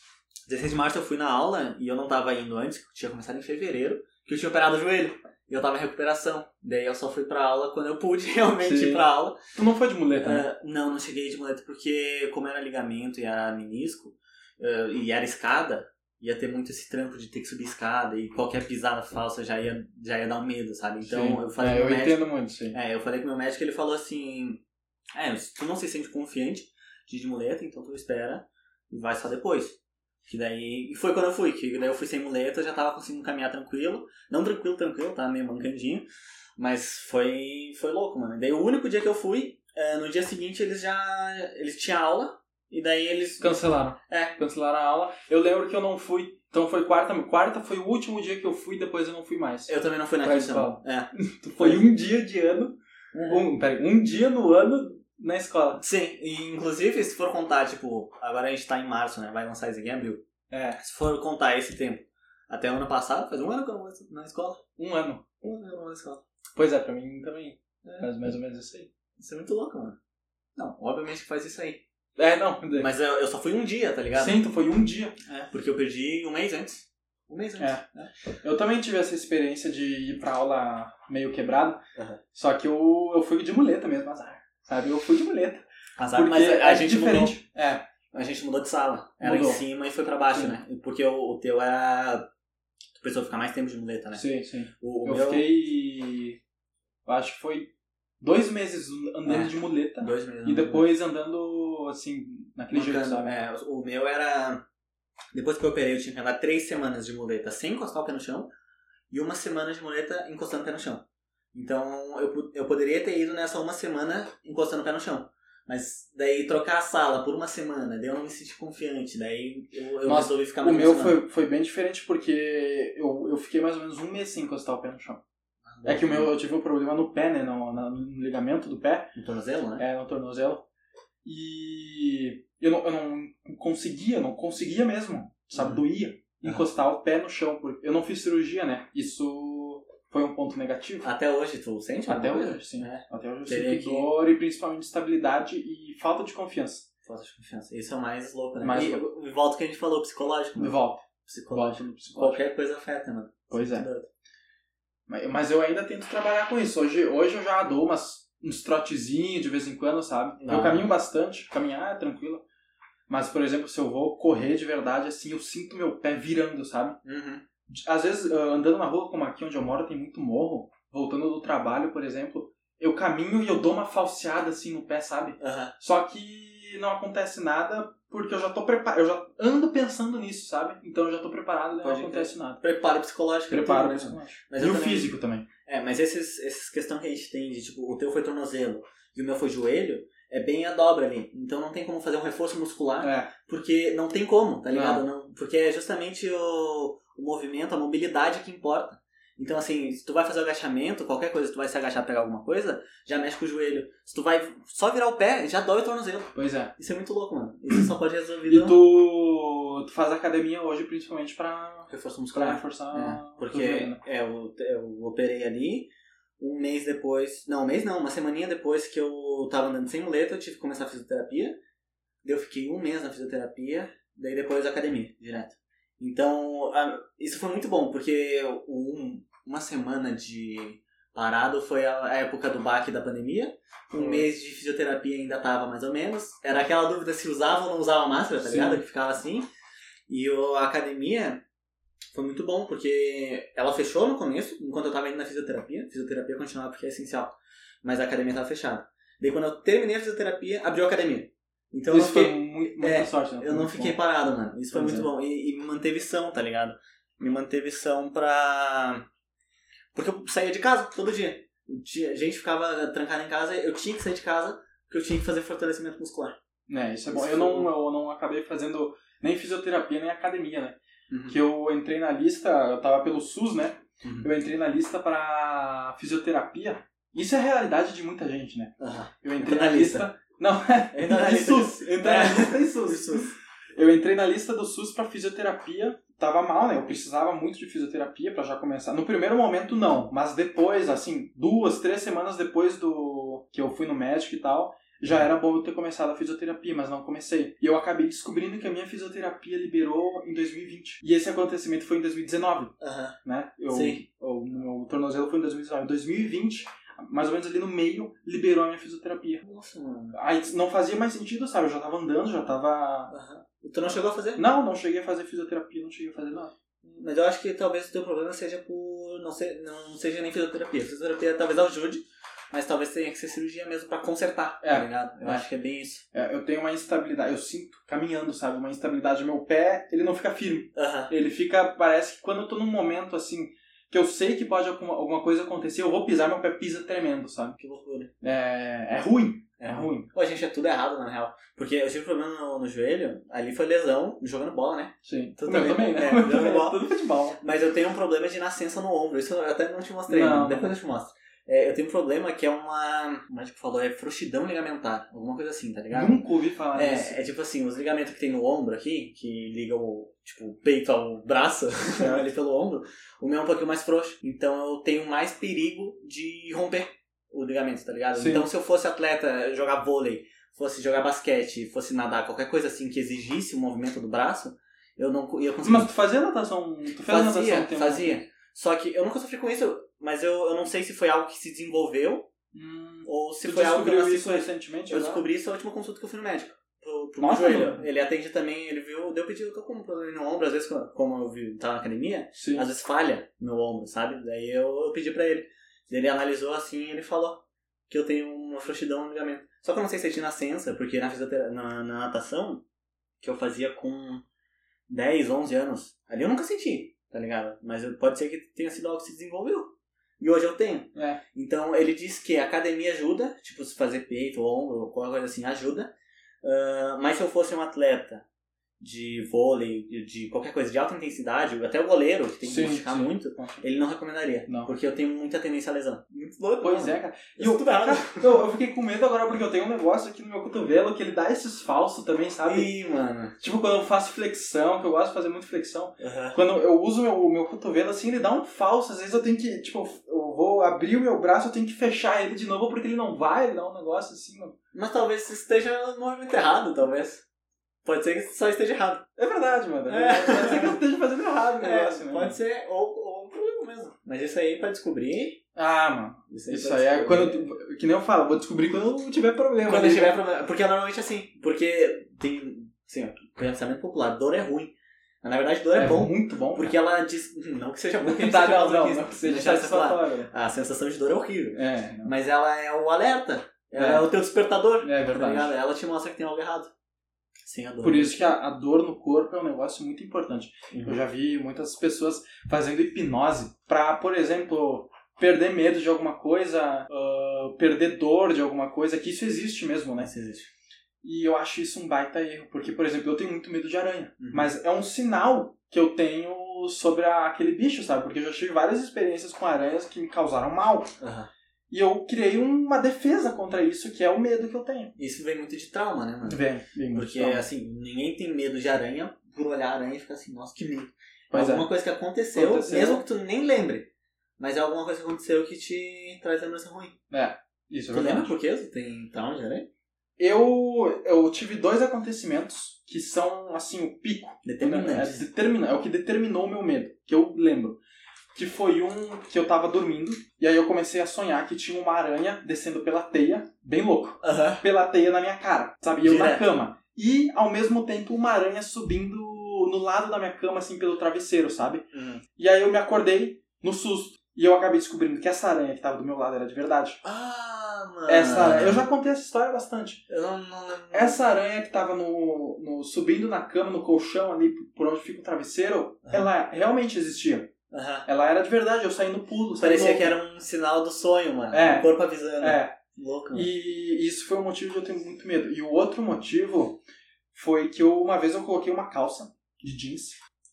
16 de março eu fui na aula e eu não tava indo antes, que tinha começado em fevereiro, que eu tinha operado o joelho. E eu tava em recuperação. Daí eu só fui pra aula quando eu pude realmente
Sim.
ir pra aula.
Tu não foi de muleta, né?
Ah, não, não cheguei de muleta porque, como era ligamento e era menisco ah, e era escada, ia ter muito esse tranco de ter que subir escada e qualquer pisada falsa já ia, já ia dar um medo, sabe? Então
Sim.
eu falei
É,
pro
eu
médico.
entendo muito, sim.
É, eu falei com meu médico ele falou assim: É, se tu não se sente confiante de ir de muleta, então tu espera e vai só depois. Que daí. E foi quando eu fui, que daí eu fui sem muleta, eu já tava conseguindo caminhar tranquilo. Não tranquilo, tranquilo, tá meio mancandinho. Mas foi, foi louco, mano. E daí o único dia que eu fui, eh, no dia seguinte eles já. Eles tinham aula, e daí eles.
Cancelaram.
É.
Cancelaram a aula. Eu lembro que eu não fui. Então foi quarta. Quarta foi o último dia que eu fui, depois eu não fui mais.
Eu também não fui na
Pra
questão. É.
Foi um dia de ano. Um, peraí, um dia no ano na escola.
Sim, e inclusive se for contar, tipo, agora a gente tá em março, né? Vai lançar isso aqui em abril.
É,
Se for contar esse tempo, até o ano passado, faz um ano que eu não vou na escola.
um ano.
Um ano que eu não vou na escola.
Pois é, pra mim também.
É.
Faz mais ou menos isso aí.
Isso é muito louco, mano. Não, obviamente que faz isso aí.
É, não.
Mas eu, eu só fui um dia, tá ligado?
Sim, tu foi um dia.
É, porque eu perdi um mês antes. Um mês antes.
É. Eu também tive essa experiência de ir pra aula meio quebrado,
Aham.
só que eu, eu fui de muleta mesmo, azar. Sabe? Eu fui de muleta.
Azar, mas a, a
é
gente mudou.
diferente. É,
A gente mudou de sala. Era
Mudou.
em cima e foi pra baixo,
Sim.
né? Porque o, o teu era. Tu precisou ficar mais tempo de muleta, né?
sim, sim.
O, o
Eu
meu,
fiquei. eu acho que foi dois meses andando
É.
de muleta
dois meses.
e
né?
depois andando assim, naquele jeito,
Mancando,
sabe?
é, o meu era. Depois que eu operei, eu tinha que andar três semanas de muleta sem encostar o pé no chão e uma semana de muleta encostando o pé no chão. Então eu, po- eu poderia ter ido nessa uma semana encostando o pé no chão. Mas daí trocar a sala por uma semana, daí eu não me senti confiante, daí eu, eu
Nossa,
resolvi ficar
O
mais uma
meu
semana.
foi, foi bem diferente porque eu, eu fiquei mais ou menos um mês sem encostar o pé no chão. É que o meu, eu tive um problema no pé, né? No, na- no ligamento do pé.
No tornozelo, né?
é, no tornozelo. E eu não, eu não conseguia, não conseguia mesmo, sabe,
Uhum.
doía
Uhum.
encostar o pé no chão, porque eu não fiz cirurgia, né? Isso foi um ponto negativo.
Até hoje, tu sente?
Até
alguma coisa?
hoje, sim.
É,
Até hoje eu
Ah, Teria
sinto
que-
dor e principalmente estabilidade e falta de confiança.
falta de confiança. Isso é o mais louco, né?
Mais
e, e volta ao que a gente falou, psicológico.
De
Né?
volta.
Psicológico.
Volta no psicológico.
Qualquer coisa afeta, mano.
Pois é.
Tudo.
Mas, mas eu ainda tento trabalhar com isso. Hoje, hoje eu já dou umas, uns trotezinhos de vez em quando, sabe?
Não.
Eu caminho bastante, caminhar é tranquilo. Mas, por exemplo, se eu vou correr de verdade, assim, eu sinto meu pé virando, sabe?
Uhum.
Às vezes, ah, andando na rua como aqui onde eu moro, tem muito morro. voltando do trabalho, por exemplo, eu caminho e eu dou uma falseada assim no pé, sabe?
Aham.
Só que não acontece nada porque eu já tô preparado, eu já ando pensando nisso, sabe? Então eu já tô preparado e não
Pode
acontece nada.
Preparo psicológico. é
Preparo,
tudo, né?
né?
Mas
E
eu
o
também-
físico também.
É, mas esses, esses questão que a gente tem de, tipo, o teu foi tornozelo e o meu foi joelho, é bem a dobra ali. Então não tem como fazer um reforço muscular,
É,
porque não tem como, tá ligado? Não, porque é justamente o, o movimento, a mobilidade que importa. Então, assim, se tu vai fazer o agachamento, qualquer coisa, se tu vai se agachar pegar alguma coisa, já mexe com o joelho. Se tu vai só virar o pé, já dói o tornozelo.
pois é.
Isso é muito louco, mano. Isso só pode resolver
E tu, tu faz academia hoje principalmente pra,
reforço
pra
muscular.
reforçar
Ah, É,
o
porque
joelho, né?
é, eu, eu operei ali, um mês depois, não, um mês não, uma semaninha depois que eu tava andando sem muleta, eu tive que começar a fisioterapia. Daí eu fiquei um mês na fisioterapia, daí depois academia, direto. Então, a- isso foi muito bom, porque o- um- uma semana de parado foi a, a época do baque da pandemia, um
Hum.
mês de fisioterapia ainda tava mais ou menos, era aquela dúvida se usava ou não usava máscara, tá
Sim.
ligado? Que ficava assim. E o- a academia foi muito bom, porque ela fechou no começo, enquanto eu tava indo na fisioterapia. Fisioterapia continuava porque é essencial. Mas a academia tava fechada. Daí quando eu terminei a fisioterapia, abriu a academia. Então eu não
Isso foi
fiquei,
muito, muita
é,
sorte, né? Foi
eu não
muito
fiquei
bom.
parado, mano. Isso foi
Pois
muito
é.
bom. E, e me manteve são, tá ligado? Me manteve são pra. Porque eu saía de casa todo dia. Tinha- A gente ficava trancada em casa, eu tinha que sair de casa, porque eu tinha que fazer fortalecimento muscular.
É, isso é bom.
Isso
Eu
foi
não, eu não acabei fazendo nem fisioterapia, nem academia, né?
Uhum.
Que eu entrei na lista, eu tava pelo SUS, né?
Uhum.
Eu entrei na lista pra fisioterapia. Isso é a realidade de muita gente, né?
Aham.
Eu entrei
Entra
na
na
lista. Não,
Entra na
de
lista.
SUS. Entra na
É.
lista em SUS.
SUS.
Eu entrei na lista do SUS pra fisioterapia. Tava mal, né? Eu precisava muito de fisioterapia pra já começar. No primeiro momento, não. Mas depois, assim, duas, três semanas depois do que eu fui no médico e tal, já era bom eu ter começado a fisioterapia, mas não comecei. E eu acabei descobrindo que a minha fisioterapia liberou em 2020. E esse acontecimento foi em 2019,
Aham.
né? Eu,
Sim.
eu- o meu tornozelo foi em 2019. Em 2020, mais ou menos ali no meio, liberou a minha fisioterapia.
Nossa, mano.
Aí não fazia mais sentido, sabe? Eu já tava andando, já tava
Aham. Tu não chegou a fazer?
não, não cheguei a fazer fisioterapia, não cheguei a fazer nada.
Mas eu acho que talvez o teu problema seja por. Não, ser, não seja nem fisioterapia. Fisioterapia talvez ajude, mas talvez tenha que ser cirurgia mesmo pra consertar,
É.
tá ligado? Eu
É.
acho que é bem isso.
É, eu tenho uma instabilidade, eu sinto caminhando, sabe? Uma instabilidade. Meu pé, ele não fica firme.
Aham.
Ele fica, parece que quando eu tô num momento assim, que eu sei que pode alguma, alguma coisa acontecer, eu vou pisar, meu pé pisa tremendo, sabe?
Que loucura.
É, é ruim, é
É.
ruim.
Pô, gente, é tudo errado, na real. Porque eu tive problema no, no joelho, ali foi lesão, jogando bola, né?
Sim.
Tu
O meu também,
também,
né?
é,
O meu
joga
também,
bola.
tudo futebol.
Mas eu tenho um problema de nascença no ombro. Isso eu até não te mostrei,
Não,
não,
não.
depois eu te mostro. É, eu tenho um problema que é uma. O médico falou, é frouxidão ligamentar, alguma coisa assim, tá ligado?
Nunca ouvi falar disso.
É, é tipo assim, os ligamentos que tem no ombro aqui, que ligam o, tipo, o peito ao braço, ali pelo ombro, o meu é um pouquinho mais frouxo. Então eu tenho mais perigo de romper o ligamento, tá ligado?
Sim.
Então se eu fosse atleta, jogar vôlei, fosse jogar basquete, fosse nadar, qualquer coisa assim que exigisse o movimento do braço, eu não co- ia conseguir.
Mas tu fazia natação, tu fez natação um
fazia,
tempo.
fazia. Só que eu nunca sofri com isso, mas eu, eu não sei se foi algo que se desenvolveu
Hum,
ou se
tu
foi algo que eu
descobriu
nasci
isso
com isso.
recentemente?
Eu
agora?
descobri isso na última consulta que eu fui no médico. Pro, pro
Nossa,
meu joelho.
mano.
Ele atende também, ele viu, deu pedido, eu tô com um problema no ombro, às vezes, quando- como eu vi, tava na academia,
Sim.
às vezes falha meu ombro, sabe? Daí eu, eu pedi pra ele. Ele analisou assim e ele falou que eu tenho uma frouxidão no ligamento. Só que eu não sei se é de nascença, porque na, fisiotera- na, na natação, que eu fazia com 10, 11 anos, ali eu nunca senti, tá ligado? Mas eu- pode ser que tenha sido algo que se desenvolveu. E hoje eu tenho.
É.
Então ele diz que a academia ajuda, tipo, se fazer peito, ombro, qualquer coisa assim, ajuda. Ah, mas se eu fosse um atleta de vôlei, de, de qualquer coisa de alta intensidade, até o goleiro, que tem que
Sim,
machucar
sim.
muito, ele não recomendaria.
Não.
Porque eu tenho muita tendência a lesão. Muito louco.
Pois
né?
é, cara. E
Isso
eu,
tudo errado.
cara, eu, eu fiquei com medo agora porque eu tenho um negócio aqui no meu cotovelo que ele dá esses falsos também, sabe?
Ih, mano.
Tipo, quando eu faço flexão, que eu gosto de fazer muito flexão,
Aham.
quando eu uso meu, o meu cotovelo assim, ele dá um falso. Às vezes eu tenho que, tipo, eu vou abrir o meu braço, eu tenho que fechar ele de novo porque ele não vai, ele dá um negócio assim. mano.
Mas talvez esteja no movimento errado, talvez. Pode ser que só esteja errado.
É verdade, mano.
É.
Pode ser que eu esteja fazendo errado o negócio,
É,
né?
pode ser, ou, ou um problema mesmo. Mas isso aí é pra descobrir.
Ah, mano. Isso
pra
aí é
descobrir.
quando. eu- Que nem eu falo, vou descobrir quando eu tiver problema.
Quando tiver problema. Porque normalmente assim. Porque tem. Assim, ó, pensamento popular, dor é ruim. Na verdade, dor é, bom,
muito bom.
porque ela diz. hum, Não que seja bom, que a gente
Tá,
seja
não, não,
masoquista,
não precisa de
um deixar isso claro.
satisfatório.
A sensação de dor é horrível.
É, não.
Mas ela é o alerta. Ela é,
É.
o teu despertador.
é
Tá ligado?
verdade.
Ela te mostra que tem algo errado. Sem a dor. é
Por isso que a, a dor no corpo é um negócio muito importante.
Uhum.
Eu já vi muitas pessoas fazendo hipnose pra, por exemplo, perder medo de alguma coisa, ah, perder dor de alguma coisa, que isso existe mesmo, né?
Mas existe.
E eu acho isso um baita erro, porque, por exemplo, eu tenho muito medo de aranha.
Uhum.
Mas é um sinal que eu tenho sobre a- aquele bicho, sabe? Porque eu já tive várias experiências com aranhas que me causaram mal.
Aham.
E eu criei uma defesa contra isso, que é o medo que eu tenho.
Isso vem muito de trauma, né, mano?
Vem, vem muito
Porque,
trauma.
assim, ninguém tem medo de aranha por olhar a aranha e ficar assim, nossa, que medo.
Pois é.
alguma coisa que aconteceu,
Aconteceu.
mesmo que tu nem lembre. Mas é alguma coisa que aconteceu que te traz lembrança ruim.
É, isso é
Tu
verdade.
lembra por quê? Tu tem trauma de aranha?
Eu, eu tive dois acontecimentos que são, assim, o pico.
Determinante.
É, determina, é o que determinou o meu medo, que eu lembro. Que foi um que eu tava dormindo, e aí eu comecei a sonhar que tinha uma aranha descendo pela teia, bem louco,
Aham.
pela teia na minha cara, sabe? E eu na
Direto.
cama. E, ao mesmo tempo, uma aranha subindo no lado da minha cama, assim, pelo travesseiro, sabe? E aí eu me acordei no susto. E eu acabei descobrindo que essa aranha que tava do meu lado era de verdade.
Ah, mano.
Essa aranha, eu já contei essa história bastante.
Eu não, não lembro.
Essa aranha que tava no, no- subindo na cama, no colchão ali, por onde fica o travesseiro,
Aham.
ela realmente existia.
Aham.
Ela era de verdade, eu saí no pulo. saí
Parecia
no-
que era né? um sinal do sonho, mano.
É.
O corpo avisando.
É,
Louco, mano.
e isso foi um motivo de eu ter muito medo. E o outro motivo foi que eu, uma vez eu coloquei uma calça de jeans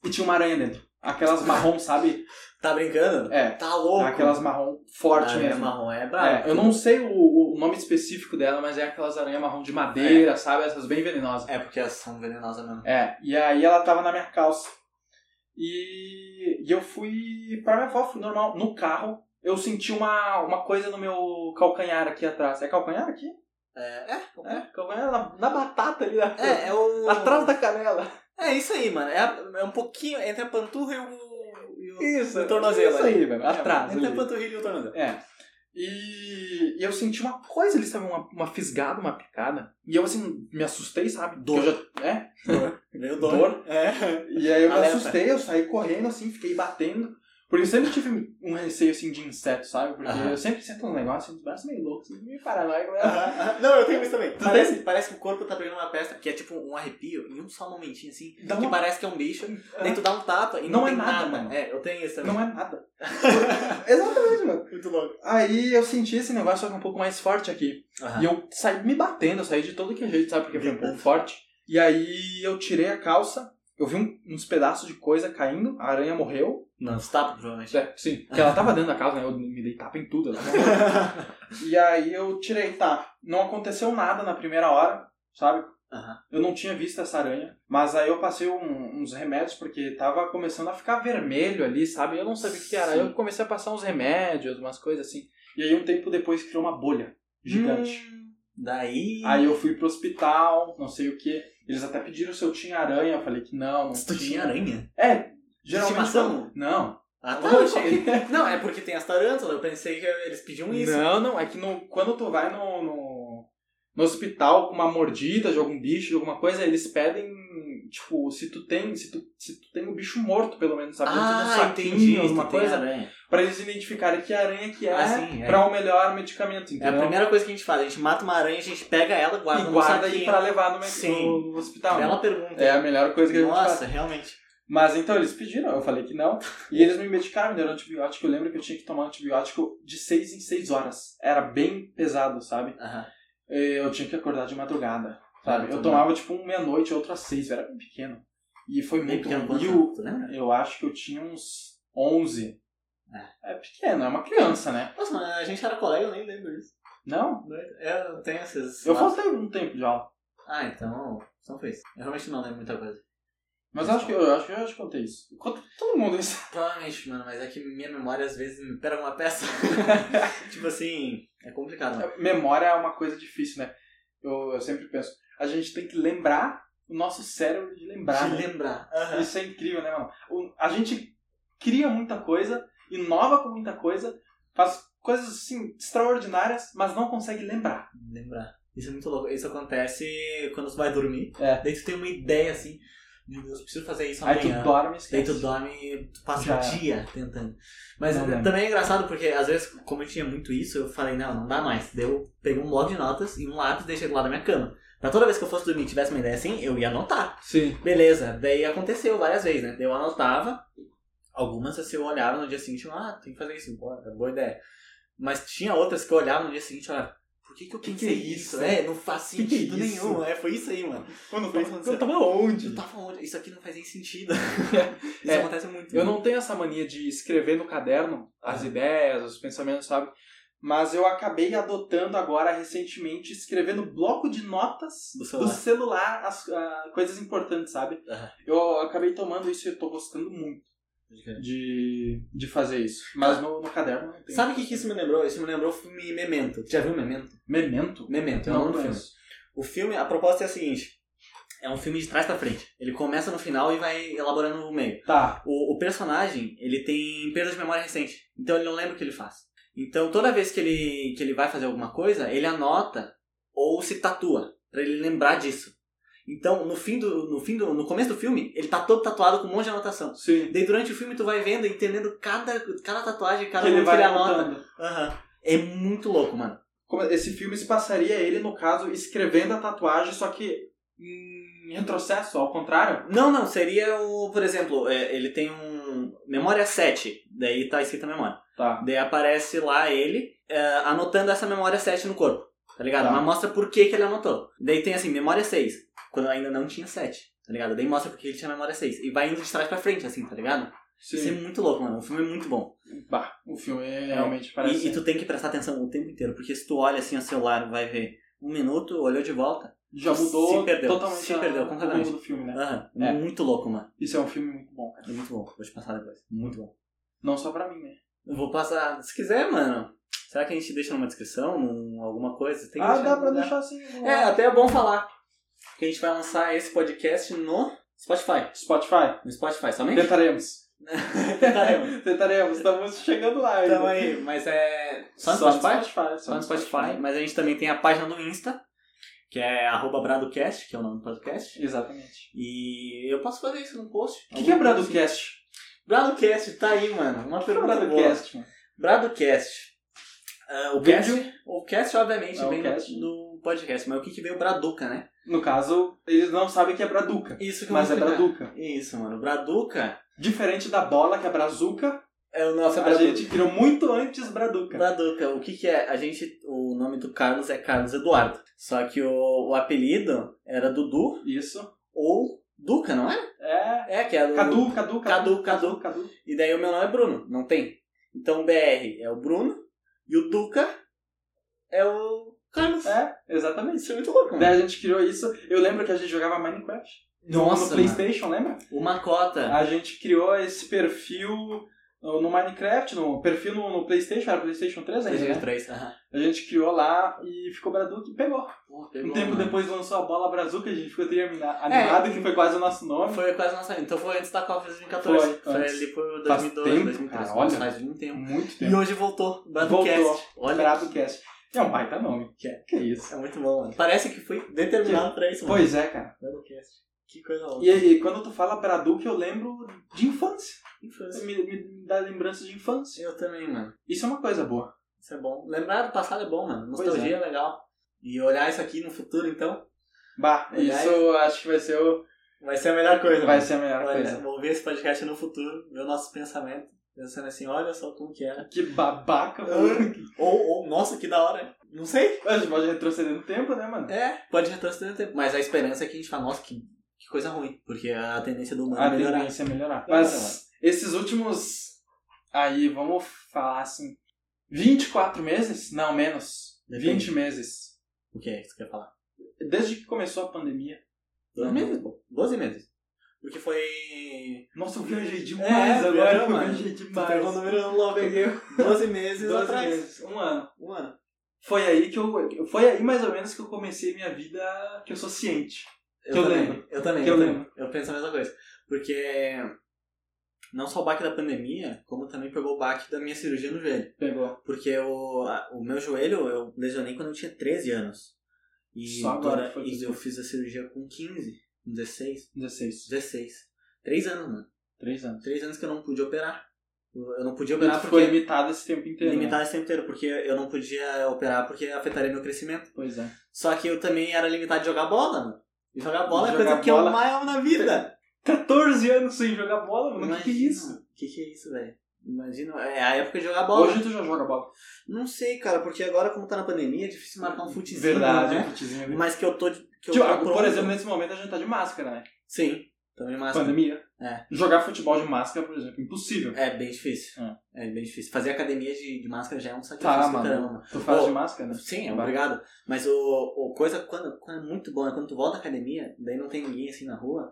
e tinha uma aranha dentro. Aquelas marrom, sabe?
Tá brincando?
É,
Tá louco.
aquelas marrom forte
aranha
mesmo.
marrom é brava.
É, eu não sei o, o nome específico dela, mas é aquelas aranhas marrom de madeira, sabe? Essas bem venenosas.
É porque elas são venenosas mesmo.
É, e aí ela tava na minha calça. E, e eu fui pra minha avó, fui normal. No carro, eu senti uma, uma coisa no meu calcanhar aqui atrás. É calcanhar aqui?
É, é.
É, calcanhar na, na batata ali, na,
É, é o.
atrás da canela.
É isso aí, mano. É, a- é um pouquinho entre a panturra e o. E o...
Isso,
no tornozelo
Isso
ali.
aí, velho, atrás.
É, entre a
ali. então,
panturrilha e o tornozelo.
É. E, e eu senti uma coisa ali, sabe? Uma, uma fisgada, uma picada. E eu, assim, me assustei, sabe?
Dor.
Porque Eu já, é.
Meio
Dor.
dor. É.
E aí eu me
Alerta.
assustei, eu saí correndo, assim, fiquei batendo. Porque eu sempre tive um receio, assim, de inseto, sabe? Porque
Aham.
eu sempre sinto um negócio, assim, os braços meio loucos, assim, meio paranoico. né?
Aham, aham. Não, eu tenho isso também.
Tu
Parece, parece que o corpo tá pegando uma peça, que é tipo um arrepio, em um só momentinho assim,
Dá
que
uma...
parece que é um bicho, daí tu dá um tapa e
Não
não,
é
tem
nada,
nada,
mano.
É, eu tenho isso também.
Não é nada. Exatamente, mano.
Muito louco.
Aí eu senti esse negócio só que um pouco mais forte aqui.
Ah.
E eu saí me batendo, eu saí de todo que jeito, sabe? Porque foi um pouco forte. E aí eu tirei a calça, eu vi um- uns pedaços de coisa caindo, a aranha morreu.
Não, os tapas, provavelmente.
É, sim. Porque ela tava dentro da casa, né? Eu me dei tapa em tudo. Ela morreu. E aí eu tirei, tá. Não aconteceu nada na primeira hora, sabe?
Aham.
Eu não tinha visto essa aranha. Mas aí eu passei um- uns remédios, porque tava começando a ficar vermelho ali, sabe? Eu não sabia o que era.
Sim.
Eu comecei a passar uns remédios, umas coisas assim. E aí um tempo depois criou uma bolha gigante.
Hum, Daí.
Aí eu fui pro hospital, não sei o que. Eles até pediram se eu tinha aranha. Eu falei que não, não
Se tu tinha aranha?
É, geralmente...
Estimação?
Não.
Ah, tá, eu cheguei. Não, é porque tem as tarântulas, eu pensei que eles pediam isso.
Não, não, é que no- quando tu vai no, no, no hospital com uma mordida de algum bicho, de alguma coisa, eles pedem, tipo, se tu tem, se tu, se tu tem um bicho morto, pelo menos, sabe? Dentro de um
Ah,
saquinho,
entendi.
alguma
tu tem
coisa,
aranha.
pra eles identificarem que aranha que é,
Ah, sim, é.
pra o melhor medicamento,
É a
entendeu?
primeira coisa que a gente faz, a gente mata uma aranha, a gente pega ela, guarda
e
no
guarda aí
saquinho.
pra levar no, me-
é. Sim.
no hospital.
Bela pergunta.
É a melhor coisa que a gente faz.
Nossa, realmente.
Mas então eles pediram, eu falei que não. E eles me medicaram, me deram antibiótico. Eu lembro que eu tinha que tomar um antibiótico de 6 em 6 horas. Era bem pesado, sabe?
Aham.
Eh, eu tinha que acordar de madrugada, sabe?
Ah,
eu
então
tomava tipo um meia-noite, outro às seis, eu era bem pequeno. E foi
Bem
muito
pequeno
ruim.
quanto,
E o-
tu lembra?
eu acho que eu tinha uns 11. É pequeno, é uma criança, né?
Nossa, mas a gente era colega, eu nem lembro disso.
Não?
É, Eu tenho esses...
Eu faltei um tempo de aula.
Ah, então... Então foi isso. Eu realmente não lembro muita coisa.
Mas acho que eu, acho que eu já te contei isso. Eu conto pra todo mundo isso.
Provavelmente, mano, mas é que minha memória às vezes me pega uma peça. tipo assim, é complicado, mano.
Memória é uma coisa difícil, né? Eu, eu sempre penso, a gente tem que lembrar o nosso cérebro de lembrar.
De
né?
lembrar. Aham.
Isso é incrível, né, mano? O- A gente cria muita coisa, inova com muita coisa, faz coisas assim extraordinárias, mas não consegue lembrar.
Lembrar. Isso é muito louco. Isso acontece quando tu vai dormir.
É.
Daí tu tem uma ideia assim. Meu Deus, eu preciso fazer isso
Aí tu
amanhã.
dorme e
é. Daí
esquece.
tu dorme e tu passa
Já.
o dia tentando. Mas
Não lembro.
também é engraçado porque, às vezes, como eu tinha muito isso, eu falei, não, não dá mais. Daí eu peguei um bloco de notas e um lápis e deixei do lado da minha cama. Pra toda vez que eu fosse dormir e tivesse uma ideia assim, eu ia anotar.
Sim.
Beleza, daí aconteceu várias vezes, né? Daí eu anotava, algumas assim, eu olhava no dia seguinte, eu, ah, tem que fazer isso, boa, boa ideia. Mas tinha outras que eu olhava no dia seguinte, olha, por que, que eu
Que que
pensei
é
isso?
isso?
É, não faz
Que que é
sentido
isso?
nenhum. É, foi isso aí, mano.
Quando
Foi isso que aconteceu.
eu tá tava onde?
Eu tava onde? Isso aqui não faz nem sentido. isso
É.
acontece muito. né?
Eu não tenho essa mania de escrever no caderno
É.
as ideias, os pensamentos, sabe? Mas eu acabei adotando agora recentemente escrever no bloco de notas
Do celular.
celular as ah, coisas importantes, sabe?
Aham.
Eu acabei tomando isso e eu tô gostando muito de, de fazer isso. Mas no, no caderno não tem.
Sabe o que, que isso me lembrou? Isso me lembrou o filme Memento. Tu já viu Memento?
Memento?
Memento, é o
Não,
nome do filme.
conheço.
O filme, a proposta é a seguinte. É um filme de trás pra frente. Ele começa no final e vai elaborando no meio.
Tá.
O, o personagem, ele tem perda de memória recente. Então ele não lembra o que ele faz. Então toda vez que ele, que ele vai fazer alguma coisa, ele anota ou se tatua. Pra ele lembrar disso. Então, no fim do. No, fim do, no começo do filme, ele tá todo tatuado com um monte de anotação.
Sim.
Daí durante o filme tu vai vendo, e entendendo cada, cada tatuagem, cada um
Que ele
coisa que
vai
ele anota.
anotando.
Aham. É muito louco, mano.
Como esse filme se passaria ele, no caso, escrevendo a tatuagem, só que em retrocesso, ao contrário.
Não, não, seria o. Por exemplo, é, ele tem um. Memória 7, daí tá escrita a memória.
Tá.
Daí aparece lá ele é, anotando essa memória 7 no corpo, tá ligado?
Tá.
Mas mostra por que, que ele anotou. Daí tem assim, memória 6, quando ainda não tinha 7, tá ligado? Daí mostra por que ele tinha memória 6. E vai indo de trás pra frente, assim, tá ligado? Isso é muito louco, mano. O filme é muito bom.
Bah, o filme é, realmente parece.
E, e tu tem que prestar atenção o tempo inteiro, porque se tu olha assim ao celular, vai ver um minuto, olhou de volta.
já mudou
se perdeu,
totalmente
se perdeu
a-
completamente.
o rumo do filme, né?
Aham,
É.
muito louco, mano.
Isso é um filme muito bom, cara.
É muito bom, vou te passar depois. Muito bom.
Não só pra mim, né?
Eu vou passar, se quiser, mano. Será que a gente deixa numa descrição, num, alguma coisa? Tem que
ah,
deixar,
dá pra
né?
deixar assim. no-
É, até é bom falar. Que a gente vai lançar esse podcast no Spotify.
Spotify.
No Spotify somente?
Tentaremos.
Tentaremos.
Tentaremos, estamos chegando lá ainda.
então aí, mas é. Só no
Só
Spotify?
Só
Só no Spotify. Mas a gente também tem a página no Insta, que é arroba Bradocast, que é o nome do podcast.
Exatamente.
E eu posso fazer isso num post.
O que, que é
Alguma coisa
Bradocast? é
assim. Bradocast, tá aí, mano. Uma pergunta boa.
Bradocast, mano.
Bradocast. Ah, o, cast,
Vídeo?
o cast, obviamente,
Ah, o
vem
cast.
do podcast, mas o que, que veio Braduca, né?
No caso, eles não sabem que é Braduca.
Isso que eu
Mas
vou
é
explicar.
Braduca.
Isso, mano. Braduca
Diferente da bola, que é Brazuca,
é o nosso
a
Braduca.
gente criou muito antes Braduca.
Braduca, o que que é? A gente, o nome do Carlos é Carlos Eduardo. Só que o, o apelido era Dudu
Isso.
ou Duca, não é?
É.
É, que era o-
Cadu, Cadu, Cadu.
Cadu, Cadu.
Cadu.
E daí o meu nome é Bruno, não tem. Então o BR é o Bruno e o Duca é o Carlos.
É, exatamente.
Isso é muito louco, mano.
Daí a gente criou isso. Eu lembro que a gente jogava Minecraft. No-
Nossa, É.
No Playstation, Ah, lembra?
mano. Uma cota.
A gente criou esse perfil no no Minecraft, no perfil no, no Playstation, era Playstation 3 ainda, né?
3. Aham.
A gente criou lá e ficou Braduca e pegou.
Pô,
Um
pegou,
tempo
mano.
depois lançou a bola Brazuca, a gente ficou termina- animado, que foi quase o nosso nome.
Foi quase nossa. Então foi antes da Copa de 2014.
Foi, antes.
ali por
Faz
2012,
tempo,
2013.
cara, olha.
Nossa, Faz um tempo.
muito
E
tempo.
hoje voltou. Braducast.
Voltou.
Olha.
Braducast. É um baita nome.
Que é.
Que isso.
É muito bom, mano. Parece que foi determinado pra isso, mano.
Pois é, cara.
Podcast. Que coisa louca.
E aí, quando tu fala Braduca, eu lembro de infância.
Infância.
Me, me dá lembranças de infância.
Eu também, mano.
Isso é uma coisa boa.
Isso é bom. Lembrar do passado é bom, mano.
Pois
Nostalgia é. legal. E olhar isso aqui no futuro, então,
Bah,
Olha
isso eu acho que vai ser o...
vai ser a melhor coisa,
Vai
mano.
ser a melhor
Olha,
coisa.
vou ouvir esse podcast no futuro, ver o nosso pensamento. Pensando assim, olha só como que era.
Que babaca, mano.
Ou, ou, nossa, que da hora. Não sei.
A gente pode retroceder no tempo, né, mano?
É, pode retroceder o tempo. Mas a esperança é que a gente fala, nossa, que, que coisa ruim. Porque a tendência do humano
A
é melhorar.
tendência é melhorar.
Melhorar,
Mas esses últimos. Aí, vamos falar assim. 24 meses? Não, menos.
Depende.
20 meses.
O que é que tu quer falar?
Desde que começou a pandemia.
Doze
Não.
meses, pô. Doze meses. Porque foi
Nossa, É, eu viajei
demais agora, eu viajei
demais. Então,
número logo aqui. 12 meses
12 meses. Um ano.
Um ano.
Foi aí que eu. Foi aí mais ou menos que eu comecei minha vida que eu sou ciente.
Eu,
Que eu
também.
lembro.
Eu também.
Que eu
também.
lembro.
Eu penso a mesma coisa. Porque não só o baque da pandemia, como também pegou o baque da minha cirurgia no joelho.
Pegou.
Porque o, a- o meu joelho eu lesionei quando eu tinha 13 anos. E,
Só agora
dura-
que foi
e
possível.
eu fiz a cirurgia com 15. 16?
16.
16. Três anos, mano.
3 anos.
Três anos que eu não pude operar. Eu eu não podia
E tu
operar
foi
porque.
limitado esse tempo inteiro. né?
Limitado esse tempo inteiro, porque eu não podia operar porque afetaria meu crescimento.
Pois é.
Só que eu também era limitado de jogar bola, mano. E jogar bola é a
Jogar
coisa que
bola.
eu mais amo na vida.
14 anos sem jogar bola, mano. Que que é isso?
O que, que é isso, velho? Imagina, é a época de jogar bola.
Hoje tu já joga bola.
Não sei, cara, porque agora, como tá na pandemia, é difícil marcar um futezinho,
Verdade, um
né?
kitzinho ali.
Mas que eu tô. de- Que eu
Tipo,
tô
ah, por
pronto.
exemplo, nesse momento a gente tá de máscara, né?
Sim, também máscara.
Pandemia.
É.
Jogar futebol de máscara, por exemplo, impossível.
É bem difícil.
Ah.
É. bem difícil. Fazer academia de, de máscara já é um sacrifício
Tá,
do caramba, mano.
mano. Tu faz
Ô,
de máscara, né?
Sim, é obrigado. Mas o, o coisa, quando, quando é muito bom, é quando tu volta à academia, daí não tem ninguém assim na rua,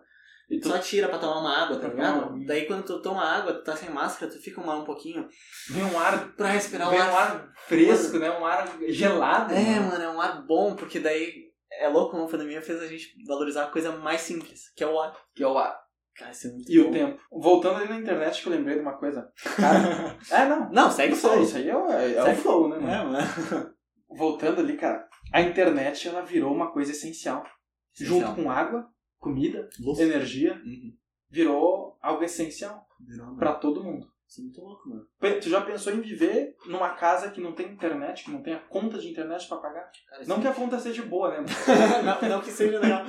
E
tu
tu
só tira pra tomar uma água,
Pra
tá
tomar um- uma
ligado?
aguinha.
Daí quando tu toma água, tu tá sem máscara, tu fica mal um pouquinho
vem um ar,
pra respirar um
vem
ar.
um ar fresco, né? Um ar gelado.
É,
mano.
mano, é um ar bom, porque daí é louco como a pandemia fez a gente valorizar a coisa mais simples, que é o ar.
Que é o ar.
Cara, isso é muito
E
bom.
o tempo. Voltando ali na internet que eu lembrei de uma coisa. Cara, é, não.
Não, segue
Isso
só.
aí,
É,
isso aí é, o- é, é o
Segue.
flow, né, mano?
mano.
Voltando ali, cara. A internet, ela virou uma coisa essencial. Junto com água, comida,
Louco.
energia,
Uhum.
virou algo essencial
Virou, mano.
pra todo mundo.
Isso é muito louco, mano.
Pe- Tu já pensou em viver numa casa que não tem internet, que não tem a conta de internet pra pagar?
Cara, isso é
Não que a conta seja boa, né?
não, não que seja legal.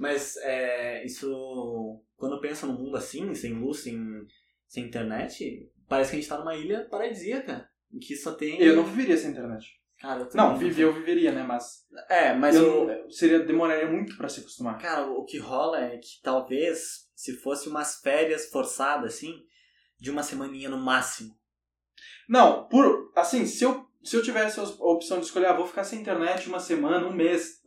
Mas é, isso. Quando eu penso num mundo assim, sem luz, sem, sem internet, parece que a gente tá numa ilha paradisíaca. Em que só tem.
Eu não viveria sem internet.
Cara, eu também
Não, viver eu viveria, né? Mas,
É, mas
eu
o.
não- seria, demoraria muito pra se acostumar.
Cara, o que rola é que talvez se fosse umas férias forçadas, assim, de uma semaninha no máximo.
Não, por assim, se eu, se eu tivesse a opção de escolher, ah, vou ficar sem internet uma semana, um mês,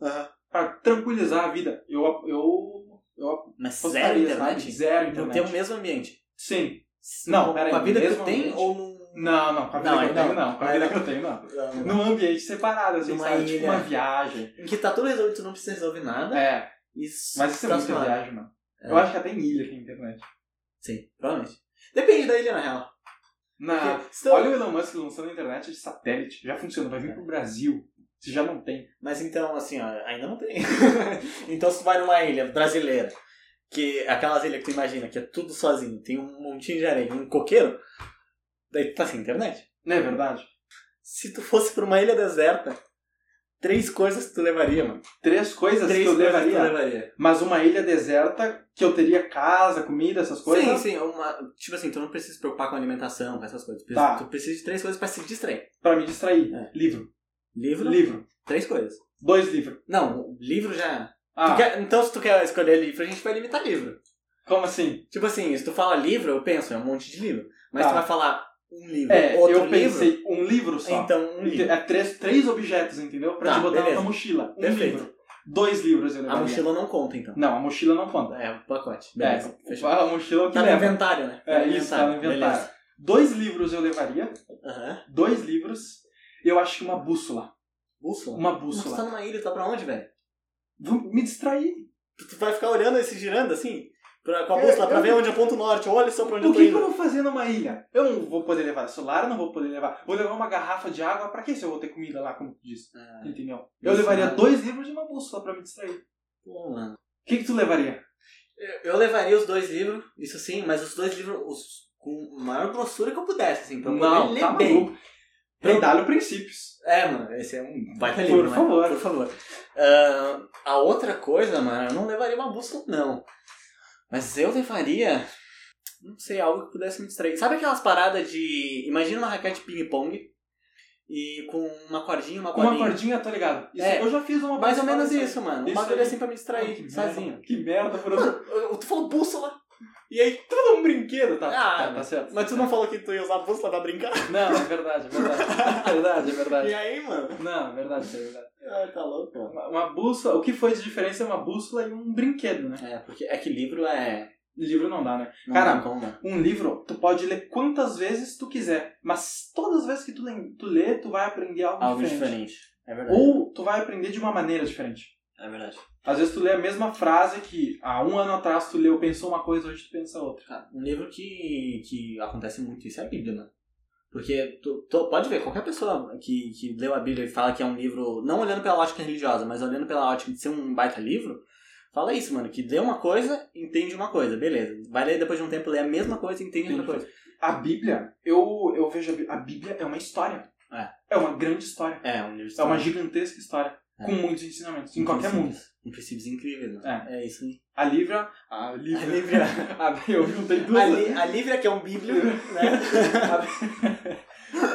pra tranquilizar a vida, eu, eu, eu
Mas zero
apostaria,
internet?
sabe? Zero
Não tem um- o
internet.
mesmo ambiente.
Sim. Não, pera aí,
Com a vida que
mesmo
tu tem
ambiente?
ou num.
Não, não, com a vida
Não, então
que eu
aí
tenho,
não.
não. Com a
Aí
vida
não.
que eu tenho, não.
Não, não.
Num ambiente separado, assim,
Numa
sabe? Tipo
ilha. Né?
uma viagem.
Em que tá tudo resolvido, tu não precisa resolver nada.
É.
Isso.
Mas isso é
tá
muita
suave.
viagem, mano.
É.
Eu acho que até em ilha tem internet.
Sim, provavelmente. Depende da ilha, na real.
Na...
Porque se tu-
Olha o Elon Musk lançando a internet de satélite. Já funciona, vai vir pro Brasil. Se já não tem.
Mas então, assim, ó, ainda não tem. então, se tu vai numa ilha brasileira, que é aquelas ilhas que tu imagina, que é tudo sozinho, tem um montinho de areia, um coqueiro, daí tu tá sem internet.
Não é verdade?
Se tu fosse pra uma ilha deserta, três coisas tu levaria, mano.
Três coisas
Três
que eu
coisas
levaria.
tu levaria.
Mas uma ilha deserta que eu teria casa, comida, essas
Sim,
coisas.
sim. Uma, tipo assim, tu não precisa se preocupar com alimentação, com essas coisas. Tu precisa,
Tá.
tu precisa de três coisas pra se distrair.
Pra me distrair.
É.
Livro.
Livro,
Livro.
três coisas.
Dois livros.
Não, livro já... é Tu
Ah,
quer- então, se tu quer escolher livro, a gente vai limitar livro.
como assim?
Tipo assim, se tu fala livro, eu penso, é um monte de livro. Mas
Tá.
tu vai falar um livro,
É,
outro
eu
livro.
pensei um livro só.
Então, um
Ente-
livro.
É três, três objetos, entendeu? Pra
Tá,
te botar na
beleza.
tua mochila. Um
Perfeito.
livro. Dois livros eu
A
levaria.
mochila não conta, então.
Não, a mochila não conta.
É, o pacote.
É,
Beleza. Fechou.
a mochila é o que
Tá no
leva.
inventário, né?
É,
no
isso, tá no inventário.
Beleza.
Dois livros eu levaria.
Aham.
Dois livros. Eu acho que uma bússola.
Bússola.
Uma
Mas tu
bússola.
tá numa ilha, tu tá pra onde, velho?
Vou me distrair.
Tu, tu vai ficar olhando esse girando assim? Pra, com a
Eu-
bússola, pra
É, eu-
ver onde aponta o norte. Olha só pra onde
O
eu tô
que, que eu
indo.
vou fazer numa ilha? Eu não vou poder levar celular, não vou poder levar. Vou levar uma garrafa de água. Pra que se eu vou ter comida lá, como tu disse?
Ah,
Entendeu? Eu
Isso,
levaria
né?
dois livros e uma bússola pra me distrair.
pô, mano.
O que, que tu levaria?
Eu- Eu levaria os dois livros, isso sim, mas os dois livros os, com a maior grossura que eu pudesse, assim, pra eu poder ler
tá
bem.
maluco. Predalho Então, princípios.
É, mano, esse é um baita
Por
livro, né?
favor.
Por favor. Ah, a outra coisa, mano, eu não levaria uma bússola, não. Mas eu levaria, não sei, algo que pudesse me distrair. Sabe aquelas paradas de... Imagina uma raquete de ping-pong e com uma cordinha, uma
Com uma
bolinha.
cordinha, tô ligado. Isso-
Tá É.
eu já fiz uma
Mais ou menos
bússola,
isso, mano. Um
Isso
bagulho
aí. é
assim pra me
aí.
distrair,
Que
sozinho. Ah,
merda, que merda, por
Mano, eu- tu falou bússola. E aí,
Tu falou um brinquedo, tá?
Ah,
tá, tá certo.
mas tu não falou que tu ia usar a bússola pra brincar?
Não, é verdade, é verdade. É verdade, é
E
verdade.
aí, mano?
Não, é verdade, é verdade.
Ah, tá louco, mano.
Uma, uma bússola, o que foi de diferença é uma bússola e um brinquedo, né?
É, porque é que livro é...
Livro não dá, né?
não
Cara,
tem como, não.
Um livro, tu pode ler quantas vezes tu quiser, mas todas as vezes que tu, lem- tu lê, tu vai aprender algo,
Algo
diferente. Uh!
diferente. É verdade.
Ou tu vai aprender de uma maneira diferente.
É verdade.
Às vezes tu lê a mesma frase que há um ano atrás tu leu, pensou uma coisa, hoje tu pensa outra.
Cara, um livro que, que acontece muito isso é a Bíblia, mano. Porque tu, tu- pode ver, qualquer pessoa que, que leu a Bíblia e fala que é um livro, não olhando pela ótica religiosa, mas olhando pela ótica de ser um baita livro, Fala isso, mano, que lê uma coisa, entende uma coisa, beleza. Vai ler depois de um tempo, lê a mesma coisa e entende outra coisa.
A Bíblia, eu, eu vejo a Bí- a Bíblia é uma história. É. uma grande história.
É, um livro de
É uma
história.
gigantesca história.
É.
Com muitos ensinamentos. Em
Com
qualquer mundo.
princípios- Com princípios incríveis, né? É, isso. aí.
A Lívia. A Lívia.
A Lívia.
A- eu juntei duas.
A, li, a Lívia, que é um bíblio, né?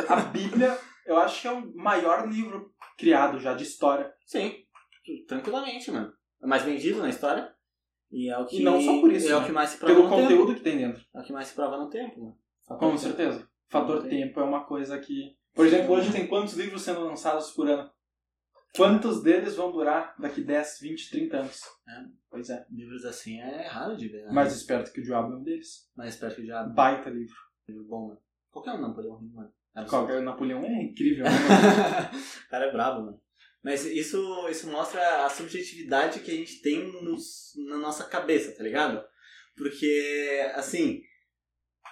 A Bíblia, eu acho que é o maior livro criado já de história.
Sim, tranquilamente, mano. É mais vendido na história. E é o que.
E não só por isso,
É o
né?
que mais se prova
Pelo
no tempo.
conteúdo que tem dentro.
É o que mais se prova no tempo, mano. Só
Com
pode ser.
certeza. Fator
Tem.
tempo é uma coisa que. Por exemplo, hoje tem quantos livros sendo lançados por ano? Quantos deles vão durar daqui 10, 20, 30 anos?
É.
Pois é.
Livros assim é raro de ver, né?
Mais esperto que o diabo é um deles.
Mais perto de diabo.
Baita livro.
é um Livro bom, mano. Qualquer um não pode morrer, mano. É
Qualquer Napoleão é incrível. né?
o cara é brabo, mano. Mas isso, isso mostra a subjetividade que a gente tem nos- na nossa cabeça, tá ligado? Porque, assim,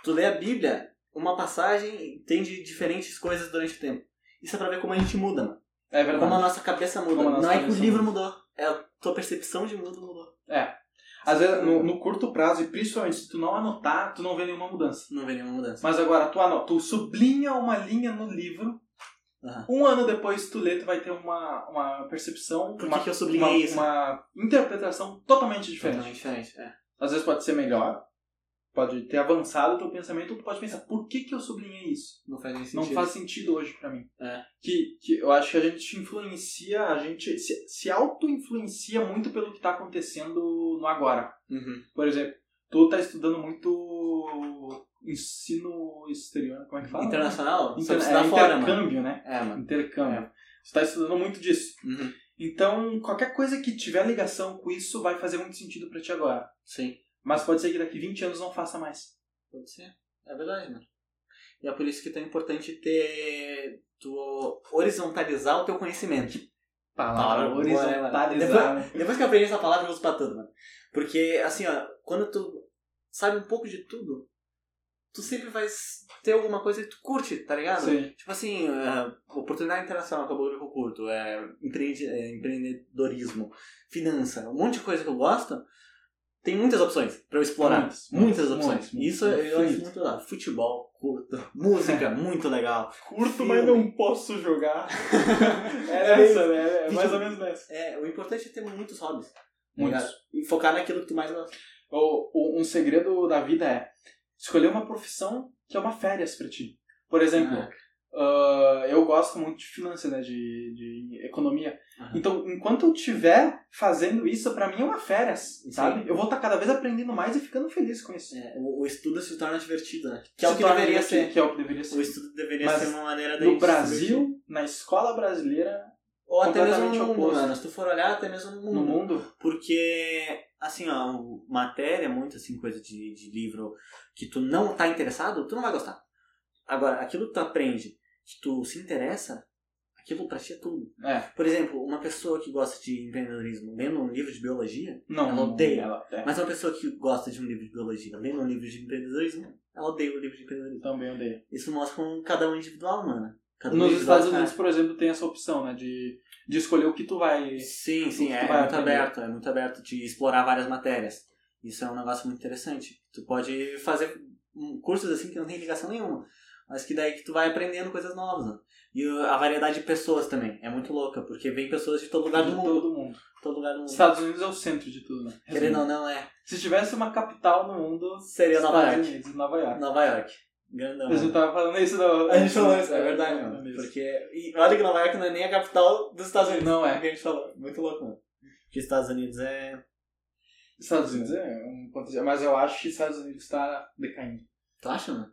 tu lê a Bíblia, uma passagem entende diferentes coisas durante o tempo. Isso é pra ver como a gente muda, mano.
é
Como a
verdade.
nossa cabeça muda.
Como a nossa
Não é que o
cabeça
livro mudou, é a tua percepção de mundo mudou.
É. Às vezes, no, no curto prazo, e principalmente se tu não anotar, tu não vê nenhuma mudança.
Não vê nenhuma mudança.
Mas agora, tu anota, tu sublinha uma linha no livro.
Aham.
Um ano depois tu lê, tu vai ter uma, uma percepção,
Por que
uma,
que eu sublinhei
uma,
isso?
uma interpretação totalmente diferente.
Totalmente diferente, é.
Às vezes pode ser melhor, pode ter avançado o teu pensamento, ou tu pode pensar, por que, que eu sublinhei isso?
Não faz nem sentido.
Não faz sentido hoje pra mim.
É.
Que, que eu acho que a gente influencia, a gente se, se auto-influencia muito pelo que tá acontecendo no agora.
Uhum.
Por exemplo, tu tá estudando muito ensino exterior, como é que fala?
Internacional?
Inter-
Só que
é,
se dá fora, mano.
intercâmbio, né?
É, mano.
Intercâmbio. Tu tá estudando muito disso.
Uhum.
Então, qualquer coisa que tiver ligação com isso vai fazer muito sentido pra ti agora.
Sim.
Mas pode ser que daqui 20 anos não faça mais.
Pode ser. É verdade, mano. E é por isso que é tão importante ter. Tu horizontalizar o teu conhecimento. Palavra
né,
boa,
horizontalizar. né?
Depois que eu aprendi essa palavra, eu uso pra tudo, mano. Porque, assim, ó, quando tu sabe um pouco de tudo, tu sempre vai ter alguma coisa que tu curte, tá ligado?
Sim.
Tipo assim, é, oportunidade internacional, que é o bagulho que eu curto, é, empreende- é, empreendedorismo, finança, um monte de coisa que eu gosto, tem muitas opções pra eu explorar.
Muitas,
muitas
muitas,
opções.
muitas, É.
Isso
muitas.
eu acho muito legal. Futebol, curto. Música, muito legal.
Curto,
Filme.
mas não posso jogar. é essa, né? É mais
Vídeo.
ou menos essa.
É, o importante é ter muitos hobbies. tá
Muitos.
ligado? E focar naquilo que tu mais gosta.
O, o- um segredo da vida é escolher uma profissão que é uma férias pra ti. Por exemplo, ah, eu gosto muito de finanças, né, de, de economia.
Aham.
Então, enquanto eu estiver fazendo isso, pra mim é uma férias,
Sim.
sabe? Eu vou estar cada vez aprendendo mais e ficando feliz com isso.
É, o, o estudo se torna divertido, né? Que é
Se
o que
torna
deveria
divertido,
ser.
Que é o que deveria
O
ser.
estudo é né, deveria
Mas
ser uma maneira da
No
gente se divertir.
Brasil, na escola brasileira,
Ou até mesmo no
completamente
mundo,
oposto.
mano. Se tu for olhar, até mesmo no mundo.
no mundo,
Porque, assim, ó, o- matéria, muito assim, coisa de, de livro que tu não tá interessado, tu não vai gostar. Agora, aquilo que tu aprende, que tu se interessa, aquilo pra ti é tudo.
é,
Por exemplo, uma pessoa que gosta de empreendedorismo lendo um livro de biologia,
não,
Ela
não-
odeia.
ela- é,
mas uma pessoa que gosta de um livro de biologia lendo um livro de empreendedorismo, ela odeia o livro de empreendedorismo.
também odeia.
Isso mostra como cada um é individual, mano. Cada um
Nos
individual,
Estados Unidos,
cara.
por exemplo, tem essa opção, né, de, de escolher o que tu vai
Sim, sim,
Tu
é,
vai
muito
aprender.
aberto, é muito aberto de explorar várias matérias. Isso é um negócio muito interessante. Tu pode fazer hum, cursos assim que não tem ligação nenhuma, mas que daí que tu vai aprendendo coisas novas. né? E o- a variedade de pessoas também é muito louca, porque vem pessoas de todo lugar do
de
mundo.
todo mundo.
Todo lugar do mundo.
Estados Unidos é o centro de tudo, né?
Querendo ou não, é.
Se tivesse uma capital no mundo,
Seria Nova
Estados
York.
Unidos, Nova York.
Nova York. Grandão.
A gente
né?
tava falando isso da.
A gente falou isso, é verdade, mano.
Isso.
Porque. E olha que Nova York não é nem a capital dos Estados Unidos.
Não é.
o que a gente falou. Muito louco, mano. Porque Estados Unidos é.
Estados Unidos é um ponto. Mas eu acho que Estados Unidos tá decaindo.
Tu acha, mano?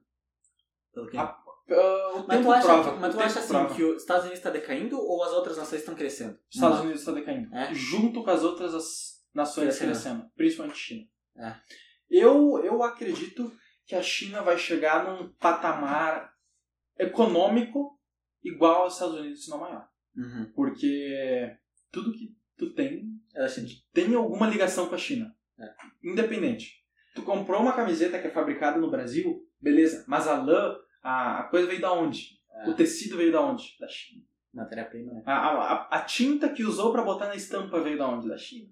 Pelo que
Ah, Ah, o
Mas
tempo
tu acha,
prova,
mas
o
tu acha
tempo
assim
prova.
que os Estados Unidos está decaindo ou as outras nações estão crescendo?
Os Estados Unidos tá decaindo.
É?
Junto com as outras as- nações
Crescendo.
crescendo, principalmente China.
É.
Eu, eu acredito que a China vai chegar num patamar econômico igual aos Estados Unidos, se não maior.
Uhum.
Porque tudo que tu tem
Eu acho que-
tem alguma ligação com a China. Independente. Tu comprou uma camiseta que é fabricada no Brasil, beleza, mas a lã, a, a coisa veio da onde?
É.
O tecido veio da onde? Da China.
Matéria-prima, né?
A, a- a- a tinta que usou pra botar na estampa veio da onde? Da China.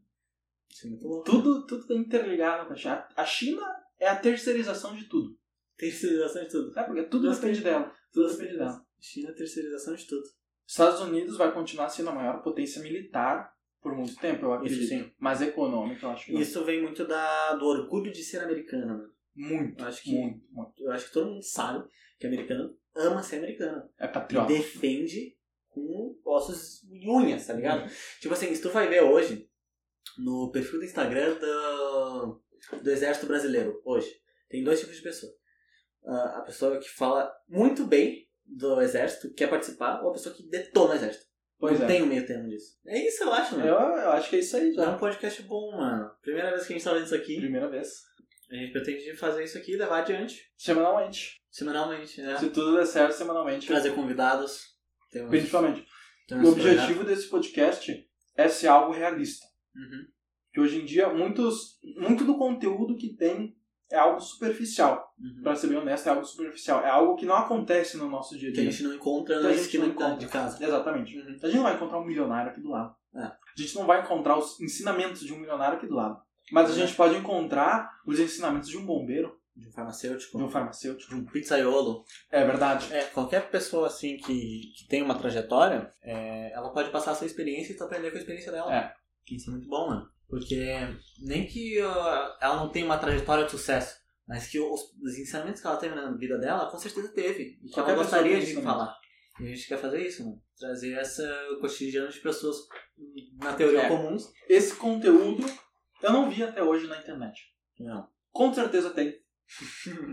Isso é muito louco.
Tudo, tudo tá interligado com a China. A China é a terceirização de tudo.
Terceirização de tudo.
Sabe? Porque tudo
Nossa,
depende dela. Tudo é depende dela.
China, terceirização de tudo.
Estados Unidos vai continuar sendo a maior potência militar por muito tempo, eu acredito.
Isso sim.
Mas econômica, eu acho que não.
Isso vem muito da, do orgulho de ser americano, né?
Muito,
Acho que-
muito, muito.
Eu acho que todo mundo sabe que americano ama ser americano.
É patriota.
defende com ossos e unhas, tá ligado? Tipo assim, se tu vai ver hoje, no perfil do Instagram do, do Exército Brasileiro, hoje, tem dois tipos de pessoa. Ah, a pessoa que fala muito bem do Exército, quer participar, ou a pessoa que detona o Exército.
Pois
Não
é.
tem um meio termo disso. É isso, eu acho, mano.
Eu, eu acho que é isso aí
É um
já.
podcast bom, mano. Primeira vez que a gente tá fazendo isso aqui,
Primeira vez.
a gente pretende fazer isso aqui e levar adiante,
Semanalmente.
semanalmente, né?
Se tudo der certo, semanalmente.
Trazer convidados. Tem uns-
Principalmente.
tem uns
O objetivo desse podcast é ser algo realista.
projetos. Uhum.
Que hoje em dia, muitos, muito do conteúdo que tem é algo superficial.
Uhum.
Pra ser bem honesto, é algo superficial. É algo que não acontece no nosso dia a
Uhum. Que a
dia.
gente não encontra
Que a
na
gente
esquina
não encontra.
de casa.
Exatamente.
Uhum.
A gente não vai encontrar um milionário aqui do lado.
É.
A gente não vai encontrar os ensinamentos de um milionário aqui do lado. Mas a
É.
gente pode encontrar os ensinamentos de um bombeiro,
De um farmacêutico,
de um farmacêutico.
de um pizzaiolo.
É verdade.
É, qualquer pessoa assim que, que tem uma trajetória, é, ela pode passar a sua experiência e tu aprender com a experiência dela.
É.
Que isso é muito bom, né? Porque nem que ó, ela não tenha uma trajetória de sucesso, mas que os, os ensinamentos que ela teve na vida dela, com certeza teve. E que
Qualquer
ela gostaria
pessoa tem
de
ensinamento.
falar. E a gente quer fazer isso, mano. Trazer essa cotidiano de pessoas, hum, na teoria,
É.
comuns.
Esse conteúdo eu não vi até hoje na internet.
Não.
Com certeza tem.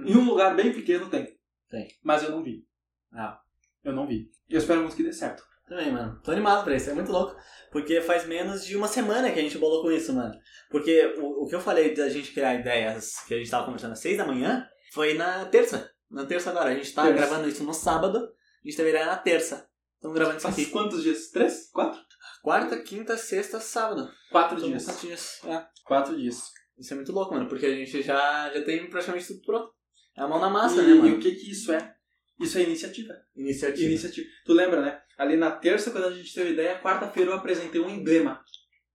Em um lugar bem pequeno tem.
Tem.
Mas eu não vi.
Ah.
Eu não vi. Eu espero muito que dê certo.
Também, mano. Tô animado pra isso, é muito louco. Porque faz menos de uma semana que a gente bolou com isso, mano. Porque o, o que eu falei da gente criar ideias que a gente tava conversando às seis da manhã foi na terça. Na terça agora. A gente tá
Terça.
gravando isso no sábado, a gente deveria na terça. Estamos gravando isso
Faz
aqui.
quantos dias? Três? Quatro?
Quarta, quinta, sexta, sábado.
Quatro
Então,
dias.
quatro dias. É.
Quatro dias.
Isso é muito louco, mano, porque a gente já, já tem praticamente tudo pronto. É a mão na massa,
e,
né,
e
mano?
o que que isso é? Isso é iniciativa.
Iniciativa.
iniciativa. Tu lembra, né? Ali na terça, quando a gente teve ideia, quarta-feira eu apresentei um emblema.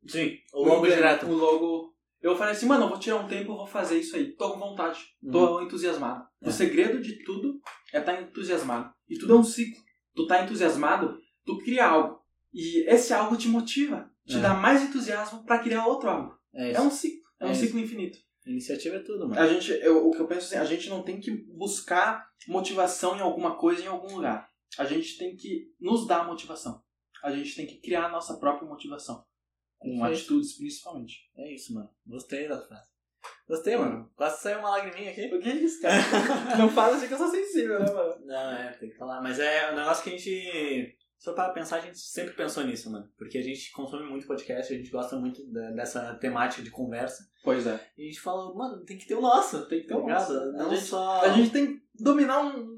Sim.
Um
O logo
emblema,
direto.
Um logo. Eu falei assim, mano, eu vou tirar um tempo, eu vou fazer isso aí. Tô com vontade. Tô entusiasmado.
É.
O segredo de tudo é estar entusiasmado. E tudo é um ciclo. Tu tá entusiasmado, tu cria algo. E esse algo te motiva. Te
É.
dá mais entusiasmo pra criar outro algo.
É
É
isso.
um ciclo. É,
É
um
isso.
ciclo infinito.
Iniciativa é tudo, mano.
A gente, eu- o que eu penso assim, a gente não tem que buscar motivação em alguma coisa em algum lugar. A gente tem que nos dar motivação. A gente tem que criar a nossa própria motivação. Com
Perfeito.
atitudes, principalmente.
É isso, mano. Gostei da frase. Gostei, mano. Quase saiu uma lagriminha aqui.
O que é isso, cara? não fala assim que eu sou sensível, né, mano?
Não, é, tem que falar. Mas é um negócio que a gente. Só para pensar, a gente sempre pensou nisso, mano. Porque a gente consome muito podcast, a gente gosta muito da- dessa temática de conversa.
Pois é.
E a gente fala, mano, tem que ter o nosso.
Tem que ter
tá
o
ligado?
nosso.
Não
A gente-
só.
A gente tem que dominar um-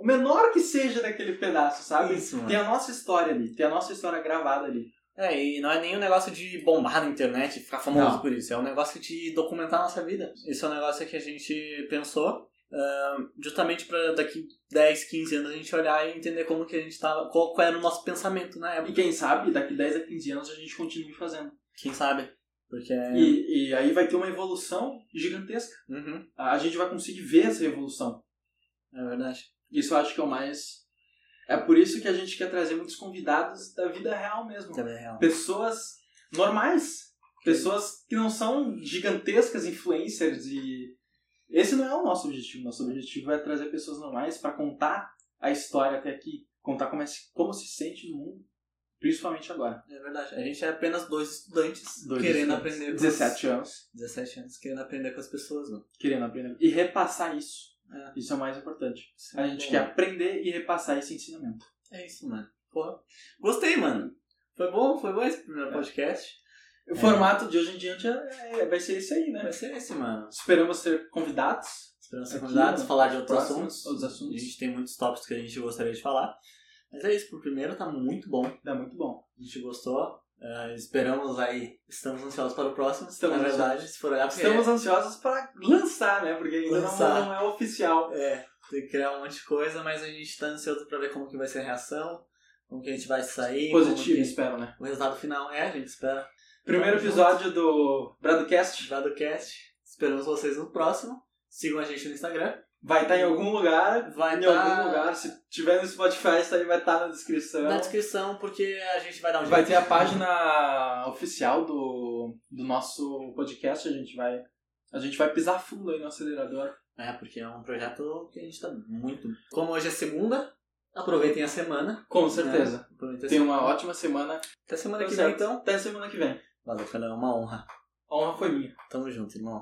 o menor que seja daquele pedaço, sabe?
Isso, mano.
Tem a nossa história ali. Tem a nossa história gravada ali.
É, e não é nenhum negócio de bombar na internet, ficar famoso
Não.
por isso. É um negócio de documentar a nossa vida. Isso é um negócio que a gente pensou ah, justamente pra daqui 10, 15 anos a gente olhar e entender como que a gente tava, qual, qual era o nosso pensamento na
E
época.
quem sabe, daqui 10 a 15 anos a gente continue fazendo.
Quem sabe? Porque é.
E, e aí vai ter uma evolução gigantesca.
Uhum,
a gente vai conseguir ver essa evolução.
é verdade.
Isso eu acho que é o mais. É por isso que a gente quer trazer muitos convidados da vida real mesmo.
Também é real.
Pessoas normais. Pessoas que não são gigantescas influencers e. Esse não é o nosso objetivo. Nosso objetivo é trazer pessoas normais para contar a história até aqui. Contar como, é, se- como se sente no mundo. Principalmente agora.
É verdade. A gente é apenas dois estudantes
Dois
querendo
estudantes,
aprender com as-
17 anos.
17 anos querendo aprender com as pessoas, mano.
Querendo aprender. E repassar isso.
É.
Isso é o mais importante.
Isso é
A gente
bom.
quer aprender e repassar esse ensinamento.
É isso, mano. Porra. Gostei, mano. Foi bom, foi bom esse primeiro
É.
podcast.
O formato de hoje em diante é- é- vai ser esse aí, né?
Vai ser esse, mano.
Esperamos ser convidados.
Esperamos ser
Aqui,
convidados,
né?
falar de outros
Próximos,
assuntos.
outros assuntos.
A gente tem muitos tópicos que a gente gostaria de falar. Mas é isso, pro primeiro tá muito bom.
Dá muito bom.
A gente gostou. Ah, esperamos aí. Estamos ansiosos para o próximo.
Estamos É.
na verdade, se for olhar, porque
Estamos ansiosos para lançar, né? Porque ainda não,
Lançar.
não é oficial.
É, tem que criar um monte de coisa, mas a gente tá ansioso pra ver como que vai ser a reação, como que a gente vai sair. como
Positivo,
que-
espero, né?
O resultado final é, a gente espera.
Primeiro
Tamo
episódio do Bradocast
Bradocast. Esperamos vocês no próximo. Sigam a gente no Instagram.
vai estar em algum lugar.
Uhum. Vai
Em
tá
algum lugar. Se tiver no Spotify, isso aí vai estar na descrição.
na descrição, porque a gente vai dar um jeito.
Vai ter a página oficial do, do nosso podcast. A gente vai. A gente vai pisar fundo aí no acelerador.
É, porque é um projeto que a gente tá muito. Como hoje é segunda, aproveitem a semana.
Com certeza.
Aproveitem a
Tenha
semana.
uma ótima semana.
Até semana
Tá
que vem,
certo.
então.
Até semana que vem.
Valeu, cara. É uma honra.
A honra foi minha.
Tamo junto, irmão.